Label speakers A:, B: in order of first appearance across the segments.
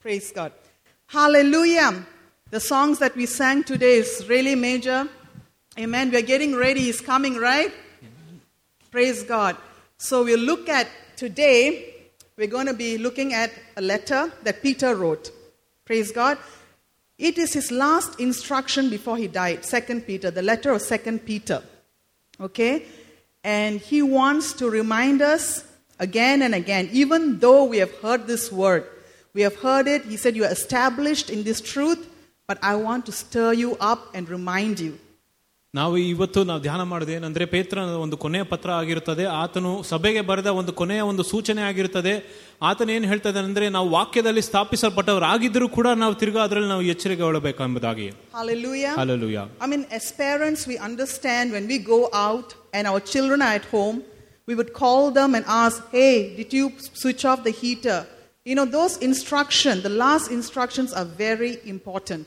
A: Praise God. Hallelujah. The songs that we sang today is really major. Amen. We're getting ready. He's coming, right? Praise God. So we'll look at today, we're going to be looking at a letter that Peter wrote. Praise God. It is his last instruction before he died. Second Peter, the letter of Second Peter. Okay? And he wants to remind us again and again, even though we have heard this word, we have heard it. He said, You are established in this truth, but I want to stir you up and remind you.
B: ನಾವು ಇವತ್ತು ನಾವು ಧ್ಯಾನ ಮಾಡಿದ ಏನಂದ್ರೆ ಪೇತ್ರನ ಒಂದು ಕೊನೆಯ ಪತ್ರ ಆಗಿರುತ್ತದೆ ಆತನು ಸಭೆಗೆ ಬರೆದ ಒಂದು ಕೊನೆಯ ಒಂದು ಸೂಚನೆ ಆಗಿರುತ್ತದೆ ಆತನ ಏನು ಹೇಳ್ತಾನೆ ಅಂದ್ರೆ ನಾವು ವಾಕ್ಯದಲ್ಲಿ ಸ್ಥಾಪಿಸಲ್ಪಟ್ಟವರಾಗಿದ್ದರೂ ಕೂಡ ನಾವು ತಿರ್ಗಾ ಅದರಲ್ಲಿ ನಾವು ಎಚ್ಚರಿಕೆ ಒಳ್ಳಬೇಕೆಂಬುದಾಗಿ
A: Hallelujah.
B: Alleluia
A: I mean, as parents, we understand when we go out and our children are at home, we would call them and ask, Hey, did you switch off the heater? You know, those instructions, the last instructions are very important.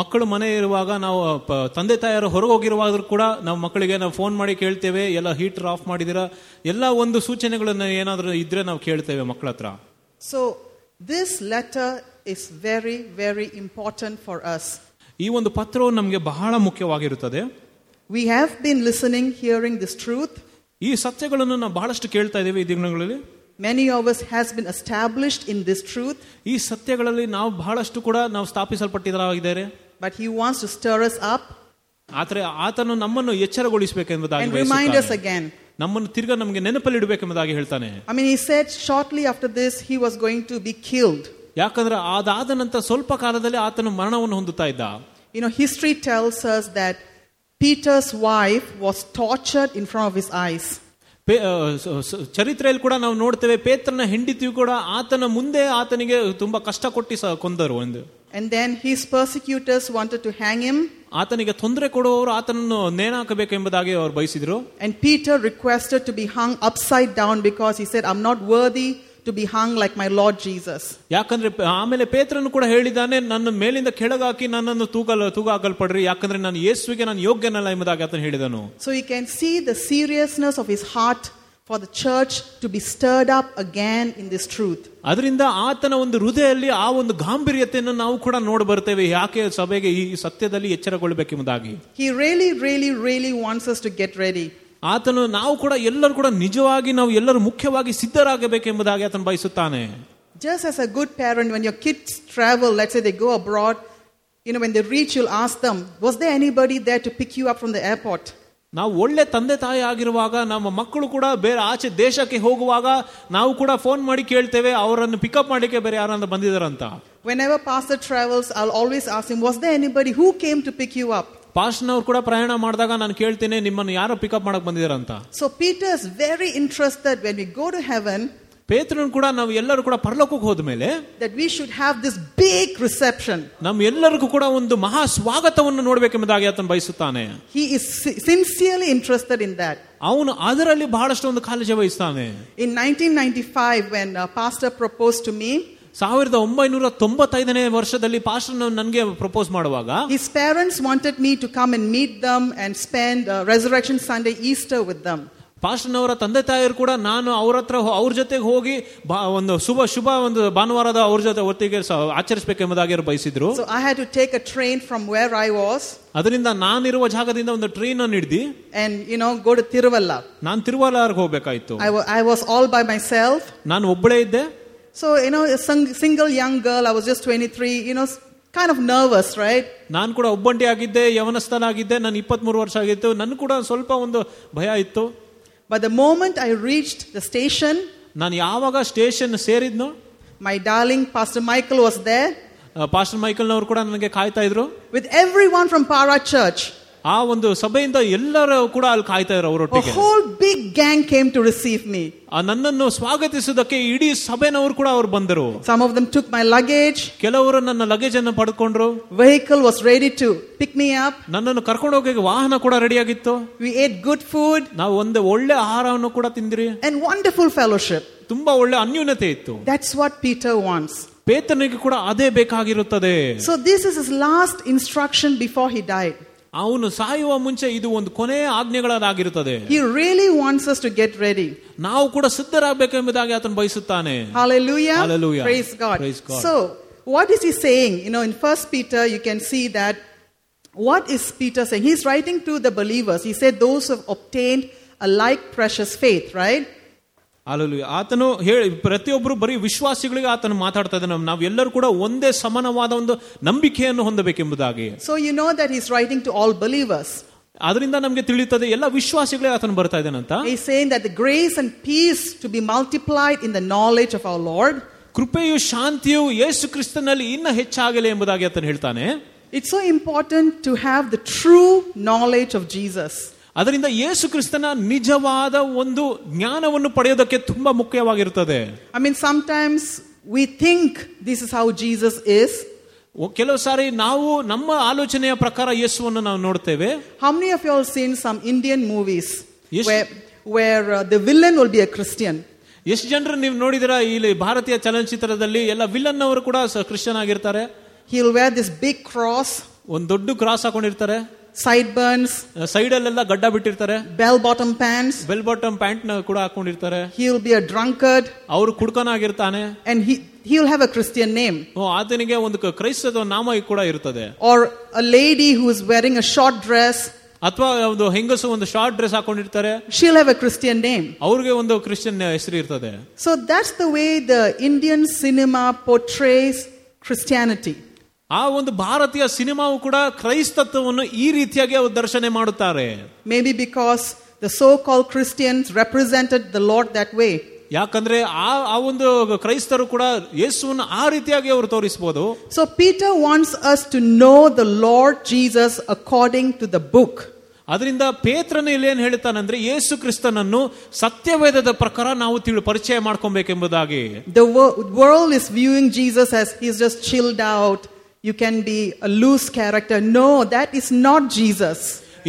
B: ಮಕ್ಕಳು ಮನೆ ಇರುವಾಗ ನಾವು ಪ- ತಂದೆ ತಾಯಿಯರು ಹೊರಗೆ ಹೋಗಿರುವಾದ್ರೂ ಕೂಡ ನಾವು ಮಕ್ಕಳಿಗೆ ನಾವು ಫೋನ್ ಮಾಡಿ ಕೇಳ್ತೇವೆ ಎಲ್ಲ ಹೀಟರ್ ಆಫ್ ಮಾಡಿದಿರಾ ಎಲ್ಲ ಒಂದು ಸೂಚನೆಗಳನ್ನು ಏನಾದರೂ ಇದ್ರೆ ನಾವು ಕೇಳ್ತೇವೆ ಮಕ್ಕಳ ಹತ್ರ
A: So, this letter is very, very important for us.
B: ಈ ಒಂದು ಪತ್ರವು ನಮಗೆ ಬಹಳ ಮುಖ್ಯವಾಗಿರುತ್ತದೆ
A: We have been listening, hearing this truth.
B: ಈ ಸತ್ಯಗಳನ್ನು ನಾವು ಬಹಳಷ್ಟು ಕೇಳ್ತಾ ಇದ್ದೀವಿ ಈ ದಿನಗಳಲ್ಲಿ
A: Many of us has been established in this truth,
B: ಈ ಸತ್ಯಗಳಲ್ಲಿ ನಾವು ಬಹಳಷ್ಟು ಕೂಡ ನಾವು ಸ್ಥಾಪಿಸಲ್ಪಟ್ಟಿದ್ದಾರೆ
A: but he wants to stir us up
B: ಆದ್ರೆ ಆತನು ನಮ್ಮನ್ನು ಎಚ್ಚರಗೊಳಿಸಬೇಕೆಂಬುದಾಗಿ
A: and remind us
B: ಬಯಸುತ್ತಾನೆ.
A: again.
B: ನಮ್ಮನ್ನು ತಿರ್ಗಾ ನಮಗೆ ನೆನಪಲ್ಲಿ ಇಡಬೇಕೆಂಬುದಾಗಿ ಹೇಳ್ತಾನೆ
A: I mean, he said shortly after this, he was going to be killed.
B: ಯಾಕಂದ್ರೆ ಅದಾದ ನಂತರ ಸ್ವಲ್ಪ ಕಾಲದಲ್ಲಿ ಆತನು ಮರಣವನ್ನು ಹೊಂದುತ್ತಾ ಇದ್ದ
A: You know, history tells us that Peter's wife was tortured in front of his eyes.
B: ಪೇ- ಆ, ಸ- ಸ- ಚರಿತ್ರೆಯಲ್ಲಿ ಕೂಡ ನಾವು ನೋಡ್ತೇವೆ ಪೇತ್ರನ ಹೆಂಡತಿಯು ಕೂಡ ಆತನ ಮುಂದೆ ಆತನಿಗೆ ತುಂಬಾ ಕಷ್ಟ ಕೊಟ್ಟು ಸಹ ಕೊಂದರು ಎಂದು
A: And then his persecutors wanted to hang him,
B: ಆತನಿಗೆ ತೊಂದರೆ ಕೊಡುವವರು ಆತನನ್ನು ನೇಣಾಕಬೇಕೆಂಬುದಾಗಿ ಅವರು ಬಯಸಿದ್ರು
A: and Peter requested to be hung upside down because he said, I'm not worthy to be hung like my Lord Jesus.
B: ಯಾಕಂದ್ರೆ ಪೇ- ಆಮೇಲೆ ಪೇತ್ರನು ಕೂಡ ಹೇಳಿದ್ದಾನೆ ನನ್ನ ಮೇಲಿಂದ ಕೆಳಗಾಕಿ ನನ್ನನ್ನು ತೂಗಲ್ ತೂಗ ಹಾಕಲ್ಪಡ್ರಿ ಯಾಕಂದ್ರೆ ನಾನು ಯೇಸುವಿಗೆ ನಾನು ಯೋಗ್ಯನಲ್ಲ ಎಂಬುದಾಗಿ ಆತನು ಹೇಳಿದನು
A: So you can see the seriousness of his heart for the church to be stirred up again in this truth.
B: ಅದರಿಂದ ಆತನ ಒಂದು ಹೃದಯದಲ್ಲಿ ಆ ಒಂದು ಗಾಂಭೀರ್ಯತೆಯನ್ನು ನಾವು ಕೂಡ ನೋಡಿ ಬರ್ತೇವೆ ಯಾಕೆ ಸಭೆಗೆ ಈ ಸತ್ಯದಲ್ಲಿ ಎಚ್ಚರಗೊಳ್ಬೇಕೆಂಬುದಾಗಿ
A: He really, really, really wants us to get ready.
B: ಆತನು ನಾವು ಕೂಡ ಎಲ್ಲರೂ ಕೂಡ ನಿಜವಾಗಿ ನಾವು ಎಲ್ಲರೂ ಮುಖ್ಯವಾಗಿ ಸಿದ್ಧರಾಗಬೇಕೆಂಬುದಾಗಿ ಆತನು ಬಯಸುತ್ತಾನೆ
A: Just as a good parent, when your kids travel, let's say they go abroad, you know, when they reach, you'll ask them, Was there anybody there to pick you up from the airport?
B: ನಾವು ಒಳ್ಳೆ ತಂದೆ ತಾಯಿ ಆಗಿರುವಾಗ ನಮ್ಮ ಮಕ್ಕಳು ಕೂಡ ಬೇರೆ ಆಚೆ ದೇಶಕ್ಕೆ ಹೋಗುವಾಗ ನಾವು ಕೂಡ ಫೋನ್ ಮಾಡಿ ಕೇಳ್ತೇವೆ ಅವರನ್ನು ಪಿಕಪ್ ಮಾಡಲಿಕ್ಕೆ ಬೇರೆ ಯಾರನ್ನ ಬಂದಿದ್ದಾರಂತ
A: Whenever pastor travels, I'll always ask him, Was there anybody who came to pick you up?
B: ಪಾಸ್ಟ್ನವ್ರು ಕೂಡ ಪ್ರಯಾಣ ಮಾಡಿದಾಗ ನಾನು ಕೇಳ್ತೇನೆ ನಿಮ್ಮನ್ನು ಯಾರೋ ಪಿಕಪ್ ಮಾಡಕ್ ಬಂದಿದ್ದಾರಂತ
A: So Peter is very interested when we go to heaven
B: ಪೇತ್ರನು ಕೂಡ ನಾವು ಎಲ್ಲರೂ ಕೂಡ ಪರಲೋಕಕ್ಕೆ ಹೋದ್ಮೇಲೆ
A: that we should have this big reception.
B: ನಮ್ಮ ಎಲ್ಲರಿಗೂ ಕೂಡ ಒಂದು ಮಹಾ ಸ್ವಾಗತವನ್ನು ನೋಡ್ಬೇಕೆಂಬುದಾಗಿ ಆತನು ಬಯಸುತ್ತಾನೆ
A: He is si- sincerely interested in that.
B: ಅವನು ಅದರಲ್ಲಿ ಬಹಳಷ್ಟು ಒಂದು ಕಾಳಜಿ ವಹಿಸ್ತಾನೆ
A: In 1995, when uh, pastor proposed to me,
B: ಸಾವಿರದ ಒಂಬೈನೂರ ತೊಂಬತ್ತೈದನೇ ವರ್ಷದಲ್ಲಿ ಪಾಸ್ಟರ್ ನನಗೆ ಪ್ರಪೋಸ್ ಮಾಡುವಾಗ
A: his parents wanted me to come and meet them and spend uh, Resurrection Sunday Easter with them.
B: ಪಾಸ್ಟರ್ನವರ ತಂದೆ ತಾಯಿಯರು ಕೂಡ ನಾನು ಅವ್ರ ಹತ್ರ ಹೋ- ಅವ್ರ ಜೊತೆಗೆ ಹೋಗಿ ಬಾ- ಒಂದು ಶುಭ ಶುಭ ಒಂದು ಭಾನುವಾರದ ಅವ್ರ ಜೊತೆ ಒತ್ತಿಗೆ ಸ- ಆಚರಿಸಬೇಕೆಂಬುದಾಗಿ ಅವರು ಬಯಸಿದ್ರು
A: So I had to take a train from where I was
B: ಅದರಿಂದ ನಾನಿರುವ ಜಾಗದಿಂದ ಒಂದು ಟ್ರೈನ್ ಅನ್ನು ಹಿಡ್ದು
A: and, you know, go to Tiruvalla.
B: ನಾನು ತಿರುವಲಾರ್ಗೆ ಹೋಗ್ಬೇಕಾಯ್ತು
A: I wa- I was all by myself.
B: ನಾನು ಒಬ್ಬಳೇ ಇದ್ದೆ
A: So, you know, a sing- single young girl, I was just 23, you know, s- kind of nervous, right?
B: ನಾನು ಕೂಡ ಒಬ್ಬಂಟಿ ಆಗಿದ್ದೆ ಯವನಸ್ಥನಾಗಿದ್ದೆ ನಾನು ಇಪ್ಪತ್ಮೂರು ವರ್ಷ ಆಗಿತ್ತು ನನ್ ಕೂಡ ಸ್ವಲ್ಪ ಒಂದು ಭಯ ಇತ್ತು
A: But the moment I reached the station,
B: ನಾನು ಯಾವಾಗ ಸ್ಟೇಷನ್ ಸೇರಿದ್ನೋ
A: my darling Pastor Michael was there
B: ಆ, ಪಾಸ್ಟರ್ ಮೈಕಲ್ನವರು ಕೂಡ ನನಗೆ ಕಾಯ್ತಾ ಇದ್ರು
A: with everyone from Para Church.
B: ಆ ಒಂದು ಸಭೆಯಿಂದ ಎಲ್ಲರೂ ಕೂಡ ಅಲ್ಲಿ ಕಾಯ್ತಾ ಇದ್ರು
A: A
B: ಅವರೊಟ್ಟಿಗೆ
A: whole big gang came to receive me.
B: ಆ ನನ್ನನ್ನು ಸ್ವಾಗತಿಸುವುದಕ್ಕೆ ಇಡೀ ಸಭೆನವರು ಕೂಡ ಅವ್ರು ಬಂದರು
A: Some of them took my luggage.
B: ಕೆಲವರು ನನ್ನ ಲಗೇಜ್ ಅನ್ನು ಪಡ್ಕೊಂಡ್ರು
A: Vehicle was ready to pick me up.
B: ನನ್ನನ್ನು ಕರ್ಕೊಂಡು ಹೋಗೋಕೆ ವಾಹನ ಕೂಡ ರೆಡಿಯಾಗಿತ್ತು
A: We ate good food
B: ನಾವು ಒಂದು ಒಳ್ಳೆ ಆಹಾರವನ್ನು ಕೂಡ ತಿಂದ್ರಿ
A: and wonderful fellowship.
B: ತುಂಬಾ ಒಳ್ಳೆ ಅನ್ಯೂನತೆ ಇತ್ತು
A: That's what Peter wants.
B: ಪೇತನಿಗೆ ಕೂಡ ಅದೇ ಬೇಕಾಗಿರುತ್ತದೆ
A: So, this is his last instruction before he died.
B: ಅವನು ಸಾಯುವ ಮುಂಚೆ ಇದು ಒಂದು ಕೊನೆಯ ಆಜ್ಞೆಗಳಾಗಿರುತ್ತದೆ
A: He really wants us to get ready.
B: ನಾವು ಕೂಡ ಸಿದ್ಧರಾಗಬೇಕೆಂಬುದಾಗಿ ಆತನು ಬಯಸುತ್ತಾನೆ
A: Hallelujah.
B: Hallelujah.
A: Praise God.
B: Praise God.
A: So, what is he saying? You know, in First Peter, you can see that what is Peter saying? He's writing to the believers. He said, Those who have obtained a like precious faith, right?
B: ಅಲ್ಲೂ ಆತನು ಹೇಳಿ ಪ್ರತಿಯೊಬ್ಬರು ಬರೀ ವಿಶ್ವಾಸಿಗಳಿಗೆ ಆತನು ಮಾತಾಡ್ತಾ ಇದ್ದಾನೆ ನಾವೆಲ್ಲರೂ ಕೂಡ ಒಂದೇ ಸಮಾನವಾದ ಒಂದು ನಂಬಿಕೆಯನ್ನು ಹೊಂದಬೇಕೆಂಬುದಾಗಿ
A: So you know that he's writing to all believers.
B: ಅದರಿಂದ ನಮಗೆ ತಿಳಿಯುತ್ತದೆ ಎಲ್ಲ ವಿಶ್ವಾಸಿಗಳಿಗೆ ಆತನು ಬರ್ತಾ ಇದ್ದಾನಂತ
A: He's saying that the grace and peace to be multiplied in the knowledge of our Lord.
B: ಕೃಪೆಯು ಶಾಂತಿಯು ಯೇಸು ಕ್ರಿಸ್ತನಲ್ಲಿ ಇನ್ನ ಹೆಚ್ಚಾಗಲಿ ಎಂಬುದಾಗಿ ಆತನು ಹೇಳ್ತಾನೆ
A: It's so important to have the true knowledge of Jesus.
B: ಅದರಿಂದ ಯೇಸು ಕ್ರಿಸ್ತನ ನಿಜವಾದ ಒಂದು ಜ್ಞಾನವನ್ನು ಪಡೆಯೋದಕ್ಕೆ ತುಂಬಾ ಮುಖ್ಯವಾಗಿರುತ್ತದೆ
A: I mean, sometimes we think this is how Jesus is.
B: ಒ- ಕೆಲವು ಸಾರಿ ನಾವು ನಮ್ಮ ಆಲೋಚನೆಯ ಪ್ರಕಾರ ಯೇಸುವನ್ನು ನಾವು ನೋಡ್ತೇವೆ
A: How many of you all seen some Indian movies
B: Yes.
A: where, where uh, the villain will be a Christian?
B: ಎಷ್ಟು ಜನರು ನೀವು ನೋಡಿದಿರಾ ಇಲ್ಲಿ ಭಾರತೀಯ ಚಲನಚಿತ್ರದಲ್ಲಿ ಎಲ್ಲ ವಿಲನ್ ಅವರು ಕೂಡ ಸ- ಕ್ರಿಶ್ಚಿಯನ್ ಆಗಿರ್ತಾರೆ
A: He'll wear this big cross,
B: ಒಂದ್ ದೊಡ್ಡ ಕ್ರಾಸ್ ಹಾಕೊಂಡಿರ್ತಾರೆ
A: sideburns,
B: ಸೈಡ್ ಅಲ್ಲೆಲ್ಲ ಗಡ್ಡ ಬಿಟ್ಟಿರ್ತಾರೆ
A: bell bottom pants.
B: Bell bottom pant ನ ಕೂಡ ಹಾಕೊಂಡಿರ್ತಾರೆ
A: He'll be a drunkard
B: ಅವರು ಕುಡ್ಕನಾಗಿರ್ತಾನೆ
A: and he, he'll have a Christian name.
B: ಓ, ಆತನಿಗೆ ಒಂದು ಕ- ಕ್ರೈಸ್ತದ ನಾಮ ಕೂಡ ಇರುತ್ತದೆ
A: Or a lady who is wearing a short dress,
B: ಅಥವಾ ಒಂದು ಹೆಂಗಸು ಒಂದು ಶಾರ್ಟ್ ಡ್ರೆಸ್ ಹಾಕೊಂಡಿರ್ತಾರೆ
A: she'll have a Christian name.
B: ಅವ್ರಿಗೆ ಒಂದು ಕ್ರಿಶ್ಚಿಯನ್ ಹೆಸರು ಇರ್ತದೆ
A: So that's the way the Indian cinema portrays Christianity.
B: ಆ ಒಂದು ಭಾರತೀಯ ಸಿನಿಮಾವು ಕೂಡ ಕ್ರೈಸ್ತತ್ವವನ್ನು ಈ ರೀತಿಯಾಗಿ ಅವ್ರು ದರ್ಶನೆ ಮಾಡುತ್ತಾರೆ
A: Maybe because the so called Christians represented the Lord that way.
B: ಯಾಕಂದ್ರೆ ಆ ಆ ಒಂದು ಕ್ರೈಸ್ತರು ಕೂಡ ಯೇಸುವನ್ನು ಆ ರೀತಿಯಾಗಿ ಅವರು ತೋರಿಸಬಹುದು
A: So Peter wants us to know the Lord Jesus according to the book.
B: ಅದರಿಂದ ಪೇತ್ರನ ಇಲ್ಲಿ ಏನ್ ಹೇಳ್ತಾನಂದ್ರೆ ಯೇಸು ಕ್ರಿಸ್ತನನ್ನು ಸತ್ಯವೇದದ ಪ್ರಕಾರ ನಾವು ತಿಳಿ ಪರಿಚಯ ಮಾಡ್ಕೊಬೇಕೆಂಬುದಾಗಿ
A: The wor- world is viewing Jesus as he's just chilled out. You can be a loose character. No, that is not Jesus.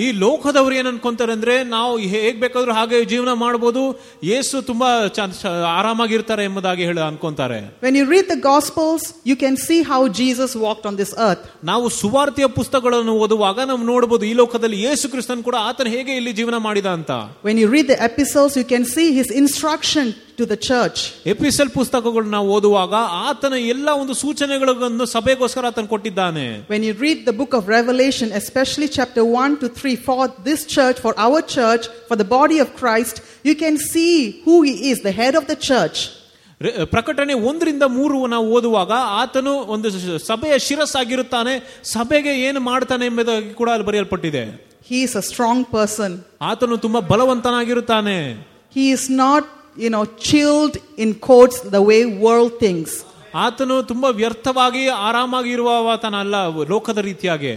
B: ಈ ಲೋಕದವ್ರು ಏನ್ ಅನ್ಕೊಂತಾರೆ ಅಂದ್ರೆ ನಾವು ಹೇಗ್ ಬೇಕಾದ್ರೂ ಹಾಗೆ ಜೀವನ ಮಾಡಬಹುದು ಯೇಸು ತುಂಬಾ ಚ- ಚ- ಆರಾಮಾಗಿರ್ತಾರೆ ಎಂಬುದಾಗಿ ಹೇಳಿ ಅನ್ಕೊಂತಾರೆ
A: When you read the Gospels, you can see how Jesus walked on this earth.
B: ನಾವು ಸುವಾರ್ತೆಯ ಪುಸ್ತಕಗಳನ್ನು ಓದುವಾಗ ನಾವು ನೋಡಬಹುದು ಈ ಲೋಕದಲ್ಲಿ ಯೇಸು ಕ್ರಿಸ್ತನ್ ಕೂಡ ಆತನ ಹೇಗೆ ಇಲ್ಲಿ ಜೀವನ ಮಾಡಿದ ಅಂತ
A: When you read the epistles, you can see his instruction to the church.
B: Epistle ಪುಸ್ತಕಗಳು ನಾವು ಓದುವಾಗ ಆತನ ಎಲ್ಲ ಒಂದು ಸೂಚನೆಗಳನ್ನು ಸಭೆಗೋಸ್ಕರ ಆತನು ಕೊಟ್ಟಿದ್ದಾನೆ
A: When you read the book of Revelation, especially chapter 1 to 3, for this church, for our church, for the body of Christ, you can see who he is, the head of the church.
B: ರೆ- ಪ್ರಕಟಣೆ ಒಂದರಿಂದ ಮೂರು ನಾವು ಓದುವಾಗ ಆತನು ಒಂದು ಶ- ಸಭೆಯ ಶಿರಸ್ಸಾಗಿರುತ್ತಾನೆ ಸಭೆಗೆ ಏನು ಮಾಡ್ತಾನೆ ಎಂಬುದಾಗಿ ಕೂಡ ಅಲ್ಲಿ ಬರೆಯಲ್ಪಟ್ಟಿದೆ
A: He is a strong person.
B: ಆತನು ತುಂಬಾ ಬಲವಂತನಾಗಿರುತ್ತಾನೆ
A: He is not, you know, chilled in quotes the way world thinks.
B: ಆತನು ತುಂಬಾ ವ್ಯರ್ಥವಾಗಿ ಆರಾಮಾಗಿರುವ ಆತನ ಅಲ್ಲ ಲೋಕದ ರೀತಿಯಾಗಿ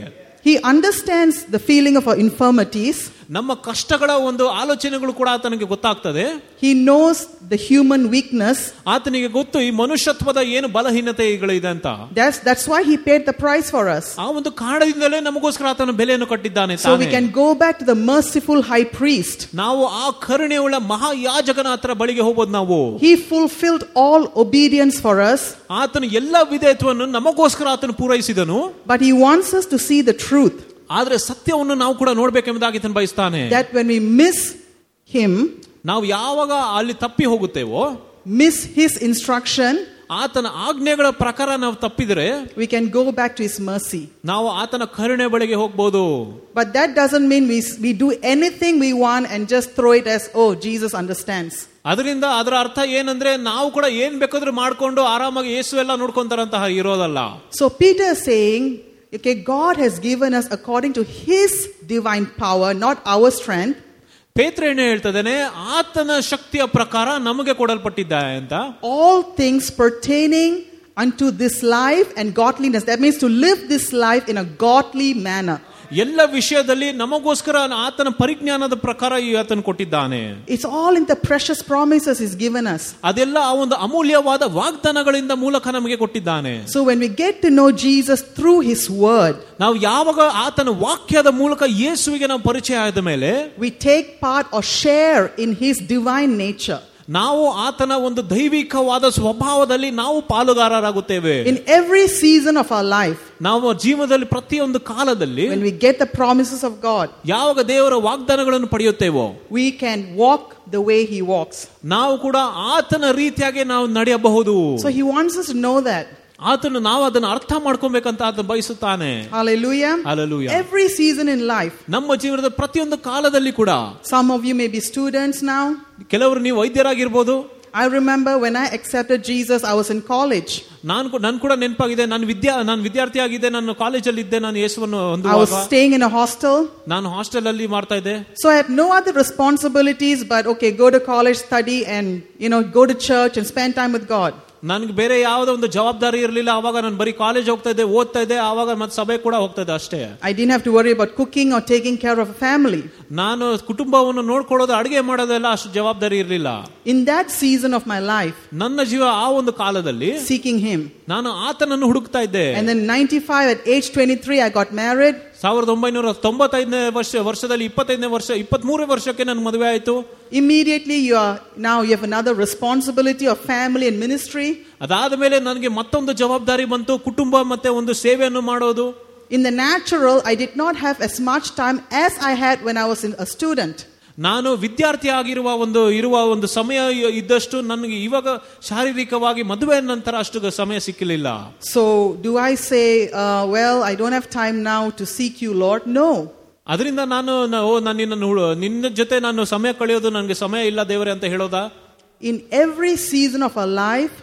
A: He understands the feeling of our infirmities.
B: ನಮ್ಮ ಕಷ್ಟಗಳ ಒಂದು ಆಲೋಚನೆಗಳು ಕೂಡ ಆತನಿಗೆ ಗೊತ್ತಾಗ್ತದೆ
A: He knows the human weakness.
B: ಆತನಿಗೆ ಗೊತ್ತು ಈ ಮನುಷ್ಯತ್ವದ ಏನು ಬಲಹೀನತೆಗಳಿದೆ ಅಂತ
A: That's, that's why he paid the price for us.
B: ಆ ಒಂದು ಕಾರಣದಿಂದಲೇ ನಮಗೋಸ್ಕರ ಆತನ ಬೆಲೆಯನ್ನು ಕಟ್ಟಿದ್ದಾನೆ
A: So we
B: ತಾನೇ.
A: can go back to the merciful high priest.
B: ನಾವು ಆ ಕರುಣೆಯುಳ್ಳ ಮಹಾಯಾಜಕನ ಹತ್ರ ಬಳಿಗೆ ಹೋಗೋದು ನಾವು
A: He fulfilled all obedience for us,
B: ಆತನು ಎಲ್ಲ ವಿಧೇಯತ್ವವನ್ನು ನಮಗೋಸ್ಕರ ಆತನು ಪೂರೈಸಿದನು
A: but he wants us to see the truth
B: ಆದ್ರೆ ಸತ್ಯವನ್ನು ನಾವು ಕೂಡ ನೋಡ್ಬೇಕೆಂಬುದಾಗಿ ಆತನು ಬಯಸ್ತಾನೆ
A: that when we miss him,
B: ನಾವು ಯಾವಾಗ ಅಲ್ಲಿ ತಪ್ಪಿ ಹೋಗುತ್ತೇವೋ
A: miss his instruction,
B: ಆತನ ಆಜ್ಞೆಗಳ ಪ್ರಕಾರ ನಾವು ತಪ್ಪಿದ್ರೆ
A: we can go back to his mercy.
B: ನಾವು ಆತನ ಕರುಣೆ ಬಳಿಗೆ ಹೋಗ್ಬೋದು
A: But that doesn't mean we, we do anything we want and just throw it as, oh, Jesus understands.
B: ಅದರಿಂದ ಅದರ ಅರ್ಥ ಏನಂದ್ರೆ ನಾವು ಕೂಡ ಏನ್ ಬೇಕಾದ್ರೂ ಮಾಡ್ಕೊಂಡು ಆರಾಮಾಗಿ ಯೇಸು ಎಲ್ಲ ನೋಡ್ಕೊಂತಾರಂತಹ ಇರೋದಲ್ಲ
A: So Peter is saying, okay, God has given us according to his divine power, not our strength,
B: ಪೇತ್ರ ಏನು ಹೇಳ್ತದೇನೆ ಆತನ ಶಕ್ತಿಯ ಪ್ರಕಾರ ನಮಗೆ ಕೊಡಲ್ಪಟ್ಟಿದ್ದಾನೆ ಅಂತ
A: all things pertaining unto this life and godliness. That means to live this life in a godly manner.
B: ಎಲ್ಲ ವಿಷಯದಲ್ಲಿ ನಮಗೋಸ್ಕರ ಆತನ ಪರಿಜ್ಞಾನದ ಪ್ರಕಾರ ಈ ಆತನು ಕೊಟ್ಟಿದ್ದಾನೆ
A: It's all in the precious promises he's given us.
B: ಅದೆಲ್ಲ ಆ ಒಂದು ಅಮೂಲ್ಯವಾದ ವಾಗ್ದಾನಗಳಿಂದ ಮೂಲಕ ನಮಗೆ ಕೊಟ್ಟಿದ್ದಾನೆ
A: So when we get to know Jesus through his word,
B: ನಾವು ಯಾವಾಗ ಆತನ ವಾಕ್ಯದ ಮೂಲಕ ಯೇಸುವಿಗೆ ನಾವು ಪರಿಚಯ ಆದ ಮೇಲೆ
A: we take part or share in his divine nature.
B: ನಾವು ಆತನ ಒಂದು ದೈವಿಕವಾದ ಸ್ವಭಾವದಲ್ಲಿ ನಾವು ಪಾಲುಗಾರರಾಗುತ್ತೇವೆ
A: In every season of our life,
B: ನಾವು ಜೀವನದಲ್ಲಿ ಪ್ರತಿಯೊಂದು ಕಾಲದಲ್ಲಿ
A: when we get the promises of God,
B: ಯಾವಾಗ ದೇವರ ವಾಗ್ದಾನಗಳನ್ನು ಪಡೆಯುತ್ತೇವೋ
A: we can walk the way he walks.
B: ನಾವು ಕೂಡ ಆತನ ರೀತಿಯಾಗಿ ನಾವು ನಡೆಯಬಹುದು
A: So he wants us to know that.
B: ಆತನು ನಾವು ಅದನ್ನು ಅರ್ಥ ಮಾಡ್ಕೊಬೇಕಂತ ಆತ ಬಯಸುತ್ತಾನೆ
A: Hallelujah.
B: Hallelujah.
A: Every season in life.
B: ನಮ್ಮ ಜೀವನದ ಪ್ರತಿಯೊಂದು ಕಾಲದಲ್ಲಿ ಕೂಡ
A: Some of you may be students now.
B: ಕೆಲವರು ನೀವು ವೈದ್ಯರಾಗಿರ್ಬೋದು
A: I remember when I accepted Jesus, I was in college.
B: ನಾನು ನನ್ ಕೂಡ ನೆನಪಾಗಿದೆ ನಾನು ವಿದ್ಯಾ ನಾನು ವಿದ್ಯಾರ್ಥಿ ಆಗಿದ್ದೆ ನಾನು ಕಾಲೇಜಲ್ಲಿ ಇದ್ದೆ ನಾನು ಯೇಸುವನ್ನು ಒಂದು
A: I was staying in a hostel.
B: ನಾನು ಹಾಸ್ಟೆಲ್ ಅಲ್ಲಿ ಮಾಡ್ತಾ ಇದ್ದೆ
A: So I had no other responsibilities but okay, go to college, study, and you know, go to church and spend time with God.
B: ನನ್ಗೆ ಬೇರೆ ಯಾವುದೋ ಒಂದು ಜವಾಬ್ದಾರಿ ಇರಲಿಲ್ಲ ಆವಾಗ ನಾನು ಬರೀ ಕಾಲೇಜ್ ಹೋಗ್ತಾ ಇದ್ದೆ ಓದ್ತಾ ಇದ್ದೆ ಆವಾಗ ಮತ್ತೆ ಸಭೆ ಕೂಡ ಹೋಗ್ತಾ ಇದ್ದೆ ಅಷ್ಟೇ
A: I didn't have to worry about cooking or taking care of a family.
B: ನಾನು ಕುಟುಂಬವನ್ನು ನೋಡ್ಕೊಳ್ಳೋದು ಅಡುಗೆ ಮಾಡೋದೆಲ್ಲ ಅಷ್ಟು ಜವಾಬ್ದಾರಿ ಇರಲಿಲ್ಲ
A: In that season of my life,
B: ನನ್ನ ಜೀವ ಆ ಒಂದು ಕಾಲದಲ್ಲಿ
A: seeking Him.
B: ನಾನು ಆತನನ್ನು ಹುಡುಕ್ತಾ ಇದ್ದೆ
A: And then 95 at age 23, I got married.
B: ಸಾವಿರದ ಒಂಬೈನೂರ ತೊಂಬತ್ತೈದನೇ ವರ್ಷ ವರ್ಷದಲ್ಲಿ ಇಪ್ಪತ್ತೈದನೇ ವರ್ಷ ಇಪ್ಪತ್ಮೂರೇ ವರ್ಷಕ್ಕೆ ನನ್ನ ಮದುವೆ ಆಯಿತು
A: Immediately, you are now you have another responsibility of family and ministry.
B: ಅದಾದ ಮೇಲೆ ನನಗೆ ಮತ್ತೊಂದು ಜವಾಬ್ದಾರಿ ಬಂತು ಕುಟುಂಬ ಮತ್ತೆ ಒಂದು ಸೇವೆಯನ್ನು ಮಾಡೋದು
A: In the natural, I did not have as much time as I had when I was in- a student.
B: ನಾನು ವಿದ್ಯಾರ್ಥಿ ಆಗಿರುವ ಒಂದು ಇರುವ ಒಂದು ಸಮಯ ಇದ್ದಷ್ಟು ನನಗೆ ಇವಾಗ ಶಾರೀರಿಕವಾಗಿ ಮದುವೆ ನಂತರ ಅಷ್ಟು ಸಮಯ ಸಿಕ್ಕಲಿಲ್ಲ
A: So, do I say, uh, well, I don't have time now to seek you, Lord? No.
B: ಅದರಿಂದ ನಾನು ನ- ಓ ನಾನು ನಿನ್ನನ್ನು ಹುಡು- ನಿನ್ನ ಜೊತೆ ನಾನು ಸಮಯ ಕಳೆಯೋದು ನನಗೆ ಸಮಯ ಇಲ್ಲ ದೇವರೇ ಅಂತ ಹೇಳೋದಾ
A: In every season of our life,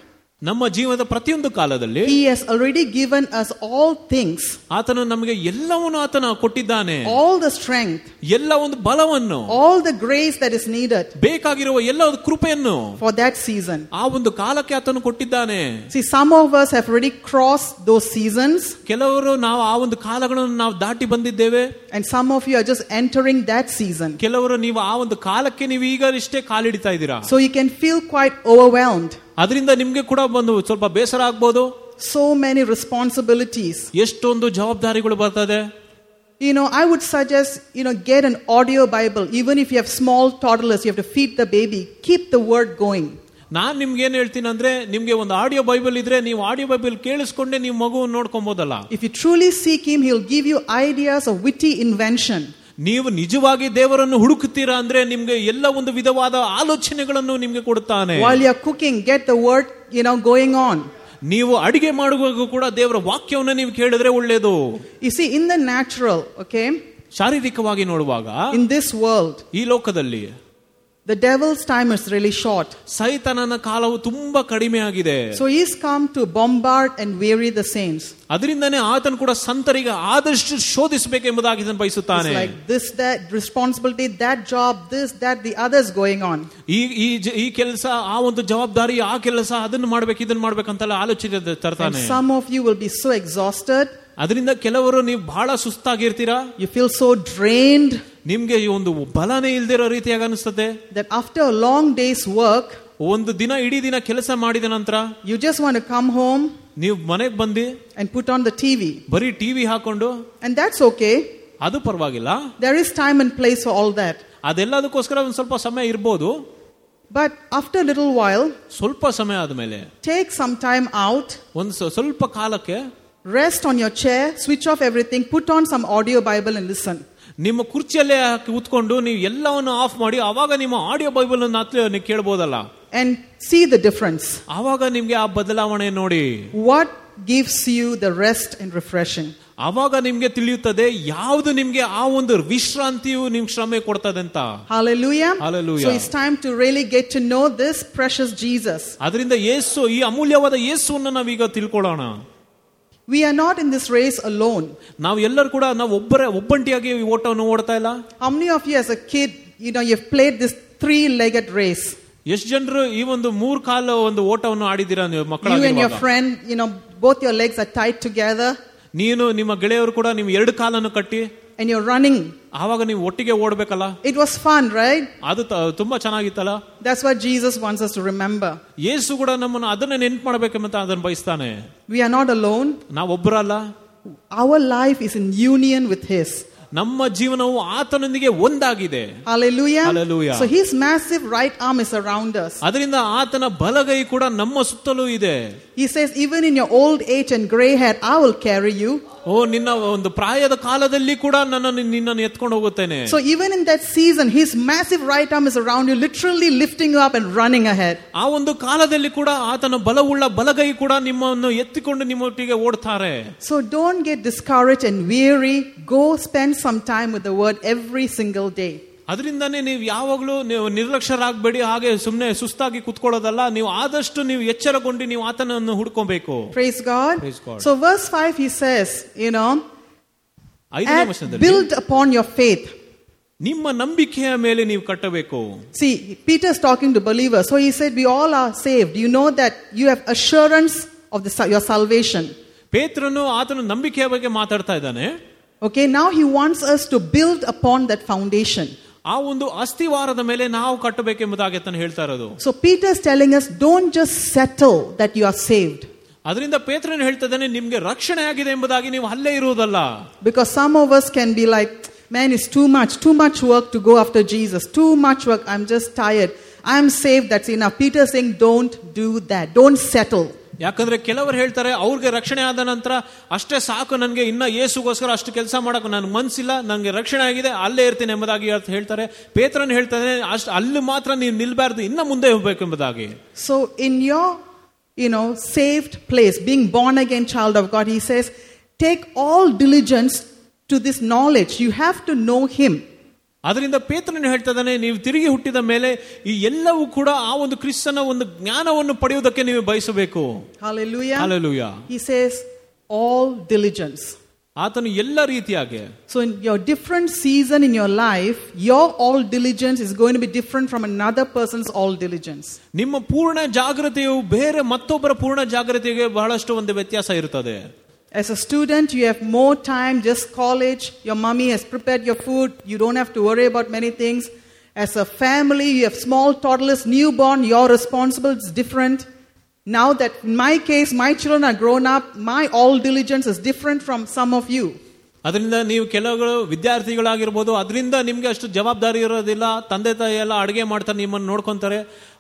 B: ನಮ್ಮ ಜೀವನದ ಪ್ರತಿಯೊಂದು ಕಾಲದಲ್ಲಿ
A: He has already given us all things,
B: ಆತನು ನಮಗೆ ಎಲ್ಲವನ್ನು ಆತನ ಕೊಟ್ಟಿದ್ದಾನೆ
A: all the strength,
B: ಎಲ್ಲ ಒಂದು ಬಲವನ್ನು
A: all the grace that is needed
B: ಬೇಕಾಗಿರುವ ಎಲ್ಲ ಒಂದು ಕೃಪೆಯನ್ನು
A: for that season.
B: ಆ ಒಂದು ಕಾಲಕ್ಕೆ ಆತನು ಕೊಟ್ಟಿದ್ದಾನೆ
A: See, some of us have already crossed those seasons,
B: ಕೆಲವರು ನಾವು ಆ ಒಂದು ಕಾಲಗಳನ್ನು ನಾವು ದಾಟಿ ಬಂದಿದ್ದೇವೆ
A: and some of you are just entering that season.
B: ಕೆಲವರು ನೀವು ಆ ಒಂದು ಕಾಲಕ್ಕೆ ನೀವು ಈಗ ಇಷ್ಟೇ ಕಾಲಿಡ್ತಾ ಇದ್ದೀರಾ
A: So, you can feel quite overwhelmed.
B: ಅದರಿಂದ ನಿಮ್ಗೆ ಕೂಡ ಒಂದು ಸ್ವಲ್ಪ ಬೇಸರ ಆಗ್ಬೋದು
A: So many responsibilities.
B: ಎಷ್ಟೊಂದು ಜವಾಬ್ದಾರಿಗಳು ಬರ್ತದೆ
A: You know, I would suggest, you know, get an audio Bible. Even if you have small toddlers, you have to feed the baby. Keep the word going.
B: ನಾನ್ ನಿಮ್ಗೆ ಏನ್ ಹೇಳ್ತೀನಿ ಅಂದ್ರೆ ನಿಮ್ಗೆ ಒಂದು ಆಡಿಯೋ ಬೈಬಲ್ ಇದ್ರೆ ನೀವು ಆಡಿಯೋ ಬೈಬಲ್ ಕೇಳಿಸ್ಕೊಂಡೆ ನೀವು ಮಗುವನ್ನು ನೋಡ್ಕೊಬೋದಲ್ಲ
A: If you truly seek Him, He'll give you ideas of witty invention.
B: ನೀವು ನಿಜವಾಗಿ ದೇವರನ್ನು ಹುಡುಕ್ತೀರಾ ಅಂದ್ರೆ ನಿಮ್ಗೆ ಎಲ್ಲ ಒಂದು ವಿಧವಾದ ಆಲೋಚನೆಗಳನ್ನು ನಿಮ್ಗೆ ಕೊಡುತ್ತಾನೆ
A: While you're cooking, get the word, you know, going on.
B: ನೀವು ಅಡಿಗೆ ಮಾಡುವಾಗ ಕೂಡ ದೇವರ ವಾಕ್ಯವನ್ನ ನೀವು ಕೇಳಿದ್ರೆ ಒಳ್ಳೇದು
A: You see, in the natural, okay,
B: ಶಾರೀರಿಕವಾಗಿ ನೋಡುವಾಗ
A: in this world,
B: ಈ ಲೋಕದಲ್ಲಿ
A: the devil's time is really short.
B: ಸೈತನನ ಕಾಲವು ತುಂಬಾ ಕಡಿಮೆ ಆಗಿದೆ
A: So He's come to bombard and weary the saints.
B: ಅದರಿಂದನೇ ಆತನು ಕೂಡ ಸಂತರಿಗೆ ಆದಷ್ಟು ಶೋಧಿಸಬೇಕೆಂಬುದಾಗಿ ಇದನ್ನು
A: It's
B: ಬಯಸುತ್ತಾನೆ
A: like this, that responsibility, that job, this, that, the others going on.
B: ಈ ಈ ಜ- ಈ ಕೆಲಸ ಆ ಒಂದು ಜವಾಬ್ದಾರಿ ಆ ಕೆಲಸ ಅದನ್ನು ಮಾಡ್ಬೇಕು ಇದನ್ನ ಮಾಡ್ಬೇಕಂತೆಲ್ಲ ಆಲೋಚನೆ ತ-
A: And
B: ತರ್ತಾನೆ
A: some of you will be so exhausted.
B: ಅದರಿಂದ ಕೆಲವರು ನೀವು ಬಹಳ ಸುಸ್ತಾಗಿರ್ತೀರಾ
A: You feel so drained
B: ನಿಮ್ಗೆ ಈ ಒಂದು ಬಲನೇ ಇಲ್ದಿರೋ ರೀತಿಯಾಗಿ ಅನಿಸ್ತದೆ
A: that after a long day's work,
B: ಒಂದು ದಿನ ಇಡೀ ದಿನ ಕೆಲಸ ಮಾಡಿದ ನಂತರ
A: you just want to come home
B: ನೀವು ಮನೆಗೆ ಬಂದು
A: and put on the TV.
B: ಬರೀ ಟಿವಿ ಹಾಕೊಂಡು
A: And that's okay.
B: ಅದು ಪರವಾಗಿಲ್ಲ
A: There is time and place for all that.
B: ಅದೆಲ್ಲದಕ್ಕೋಸ್ಕರ ಒಂದು ಸ್ವಲ್ಪ ಸಮಯ ಇರ್ಬೋದು
A: But after a little while,
B: ಸ್ವಲ್ಪ ಸಮಯ ಆದಮೇಲೆ
A: take some time out,
B: ಒಂದು ಸ್ವ- ಸ್ವಲ್ಪ ಕಾಲಕ್ಕೆ
A: rest on your chair, switch off everything, put on some audio Bible and listen.
B: ನಿಮ್ಮ ಕುರ್ಚಿಯಲ್ಲೇ ಹಾಕಿ ಕೂತ್ಕೊಂಡು ನೀವು ಎಲ್ಲವನ್ನು ಆಫ್ ಮಾಡಿ ಆವಾಗ ನಿಮ್ಮ ಆಡಿಯೋ ಬೈಬಲ್ ಅನ್ನ ಕೇಳ್ಬೋದಲ್ಲ
A: And see the difference.
B: ಆವಾಗ ನಿಮ್ಗೆ ಆ ಬದಲಾವಣೆ ನೋಡಿ
A: What gives you the rest and refreshing?
B: ಆವಾಗ ನಿಮ್ಗೆ ತಿಳಿಯುತ್ತದೆ ಯಾವುದು ನಿಮ್ಗೆ ಆ ಒಂದು ವಿಶ್ರಾಂತಿಯು ನಿಮ್ಗೆ ಶ್ರಮೆ ಕೊಡ್ತದೆ ಅಂತ
A: Hallelujah.
B: Hallelujah.
A: So it's time to really get to know this precious Jesus.
B: ಅದರಿಂದ ಯೇಸು ಈ ಅಮೂಲ್ಯವಾದ ಯೇಸುವನ್ನು ನಾವೀಗ ತಿಳ್ಕೊಳ್ಳೋಣ
A: We are not in this race alone.
B: ನಾವು ಎಲ್ಲರೂ ಕೂಡ ನಾವು ಒಬ್ಬರೇ ಒಬ್ಬಂಟಿಯಾಗಿ ಈ ಓಟವನ್ನು ಓಡ್ತಾ ಇಲ್ಲ
A: How many of you, as a kid, you know, you've played this three legged race?
B: ಎಷ್ಟು ಜನರು ಈ ಒಂದು ಮೂರ್ ಕಾಲ ಒಂದು ಓಟವನ್ನು ಆಡಿದ್ದೀರಾ
A: You
B: ನೀವು
A: and your
B: ಮಕ್ಕಳ
A: friend, you know, both your legs are tied together
B: ನೀನು ನಿಮ್ಮ ಗೆಳೆಯರು ಕೂಡ ನೀವು ಎರಡು ಕಾಲನ್ನು ಕಟ್ಟಿ
A: and you're running.
B: ಆವಾಗ ನೀವು ಒಟ್ಟಿಗೆ ಓಡ್ಬೇಕಲ್ಲ
A: It was fun, right?
B: ಅದು ತ- ತುಂಬಾ ಚೆನ್ನಾಗಿತ್ತಲ್ಲ
A: That's what Jesus wants us to remember.
B: ಯೇಸು ಕೂಡ ನಮ್ಮನ್ನು ಅದನ್ನ ನೆನ್ಪು ಮಾಡ್ಬೇಕೆಂಬ ಅದನ್ನು ಬಯಸ್ತಾನೆ
A: We are not alone.
B: ನಾವೊಬ್ಬರಲ್ಲ
A: Our life is in union with His.
B: ನಮ್ಮ ಜೀವನವು ಆತನೊಂದಿಗೆ ಒಂದಾಗಿದೆ
A: Hallelujah.
B: Hallelujah.
A: So His massive right arm is around us.
B: ಅದರಿಂದ ಆತನ ಬಲಗೈ ಕೂಡ ನಮ್ಮ ಸುತ್ತಲೂ ಇದೆ
A: He says, Even in your old age and gray hair, I will carry you.
B: ಓ ನಿನ್ನ ಒಂದು ಪ್ರಾಯದ ಕಾಲದಲ್ಲಿ ಕೂಡ ನನ್ನನ್ನು ನಿನ್ನನ್ನು ಎತ್ಕೊಂಡು ಹೋಗುತ್ತೇನೆ
A: So even in that season, his massive right arm is around you, literally lifting you up and running ahead.
B: ಆ ಒಂದು ಕಾಲದಲ್ಲಿ ಕೂಡ ಆತನ ಬಲವುಳ್ಳ ಬಲಗೈ ಕೂಡ ನಿಮ್ಮನ್ನು ಎತ್ತಿಕೊಂಡು ನಿಮ್ಮೊಟ್ಟಿಗೆ ಓಡ್ತಾರೆ
A: So don't get discouraged and weary. Go spend some time with the word every single day.
B: ಅದರಿಂದಾನೇ ನೀವು ಯಾವಾಗಲೂ ನೀವು ನಿರ್ಲಕ್ಷ್ಯರಾಗಬೇಡಿ ಹಾಗೆ ಸುಮ್ಮನೆ ಸುಸ್ತಾಗಿ ಕುತ್ಕೊಳ್ಳೋದಲ್ಲ ನೀವು ಆದಷ್ಟು ನೀವು ಎಚ್ಚರಗೊಂಡು ನೀವು ಆತನನ್ನು ಹುಡ್ಕೊಬೇಕು
A: Praise God.
B: Praise God.
A: So verse 5 he says, you know,
B: ಐದನೇ
A: and
B: ವರ್ಷದಲ್ಲಿ
A: build upon your faith.
B: ನಿಮ್ಮ ನಂಬಿಕೆಯ ಮೇಲೆ ನೀವು ಕಟ್ಟಬೇಕು
A: See, Peter's talking to believers. So he said, we all are saved. You know that you have assurance of the, sa- your salvation.
B: ಪೇತ್ರನು ಆತನ ನಂಬಿಕೆಯ ಬಗ್ಗೆ ಮಾತಾಡ್ತಾ ಇದ್ದಾನೆ
A: Okay, now he wants us to build upon that foundation.
B: ಆ ಒಂದು ಅಸ್ಥಿವಾರದ ಮೇಲೆ ನಾವು ಕಟ್ಟಬೇಕೆಂಬುದಾಗಿ ಆತನು ಹೇಳ್ತಾ ಇರೋದು
A: So Peter's telling us, don't just settle that you are saved.
B: ಅದರಿಂದ ಪೇತ್ರನು ಹೇಳ್ತಾ ಇದ್ದಾನೆ ನಿಮ್ಗೆ ರಕ್ಷಣೆ ಆಗಿದೆ ಎಂಬುದಾಗಿ ನೀವು ಅಲ್ಲೇ ಇರುವುದಲ್ಲ
A: Because some of us can be like, man, it's too much, too much work to go after Jesus, too much work, I'm just tired, I'm saved, that's enough. Peter's saying, don't do that, don't settle.
B: ಯಾಕಂದ್ರೆ ಕೆಲವರು ಹೇಳ್ತಾರೆ ಅವ್ರಿಗೆ ರಕ್ಷಣೆ ಆದ ನಂತರ ಅಷ್ಟೇ ಸಾಕು ನನಗೆ ಇನ್ನ ಯೇಸುಗೋಸ್ಕರ ಅಷ್ಟು ಕೆಲಸ ಮಾಡಕ್ಕೆ ನನಗೆ ಮನ್ಸಿಲ್ಲ ನನಗೆ ರಕ್ಷಣೆ ಆಗಿದೆ ಅಲ್ಲೇ ಇರ್ತೀನಿ ಎಂಬುದಾಗಿ ಹೇಳ್ತ- ಹೇಳ್ತಾರೆ ಪೇತ್ರನ್ ಹೇಳ್ತಾನೆ ಅಷ್ಟು ಅಲ್ಲಿ ಮಾತ್ರ ನೀವು ನಿಲ್ಬಾರ್ದು ಇನ್ನ ಮುಂದೆ ಹೋಗ್ಬೇಕು ಎಂಬುದಾಗಿ
A: So in your, you know, saved place, being born again child of God, he says, take all diligence to this knowledge. You have to know him.
B: ಅದರಿಂದ ಪೇತ್ರನ ಹೇಳ್ತಾ ಇದ್ದಾನೆ ನೀವು ತಿರುಗಿ ಹುಟ್ಟಿದ ಮೇಲೆ ಈ ಎಲ್ಲವೂ ಕೂಡ ಆ ಒಂದು ಕ್ರಿಸ್ತನ ಒಂದು ಜ್ಞಾನವನ್ನು ಪಡೆಯುವುದಕ್ಕೆ ನೀವು ಬಯಸಬೇಕು
A: Hallelujah.
B: Hallelujah.
A: He says, all diligence.
B: ಆತನು ಎಲ್ಲ ರೀತಿಯಾಗಿ
A: So, in your different season in your life, your all diligence is going to be different from another person's all diligence.
B: ನಿಮ್ಮ ಪೂರ್ಣ ಜಾಗೃತೆಯು ಬೇರೆ ಮತ್ತೊಬ್ಬರ ಪೂರ್ಣ ಜಾಗೃತಿಗೆ ಬಹಳಷ್ಟು ಒಂದು ವ್ಯತ್ಯಾಸ ಇರುತ್ತದೆ
A: As a student, you have more time, just college, your mommy has prepared your food, you don't have to worry about many things. As a family, you have small toddlers, newborn, you're responsible, it's different. Now that in my case, my children are grown up, my all diligence is different from some of you.
B: ಅದರಿಂದ ನೀವು ಕೆಲವರು ವಿದ್ಯಾರ್ಥಿಗಳಾಗಿರ್ಬೋದು ಅದರಿಂದ ನಿಮಗೆ ಅಷ್ಟು ಜವಾಬ್ದಾರಿ ಇರೋದಿಲ್ಲ ತಂದೆ ತಾಯಿ ಎಲ್ಲ ಅಡುಗೆ ಮಾಡ್ತಾರೆ ನಿಮ್ಮನ್ನು ನೋಡ್ಕೊಂತಾರೆ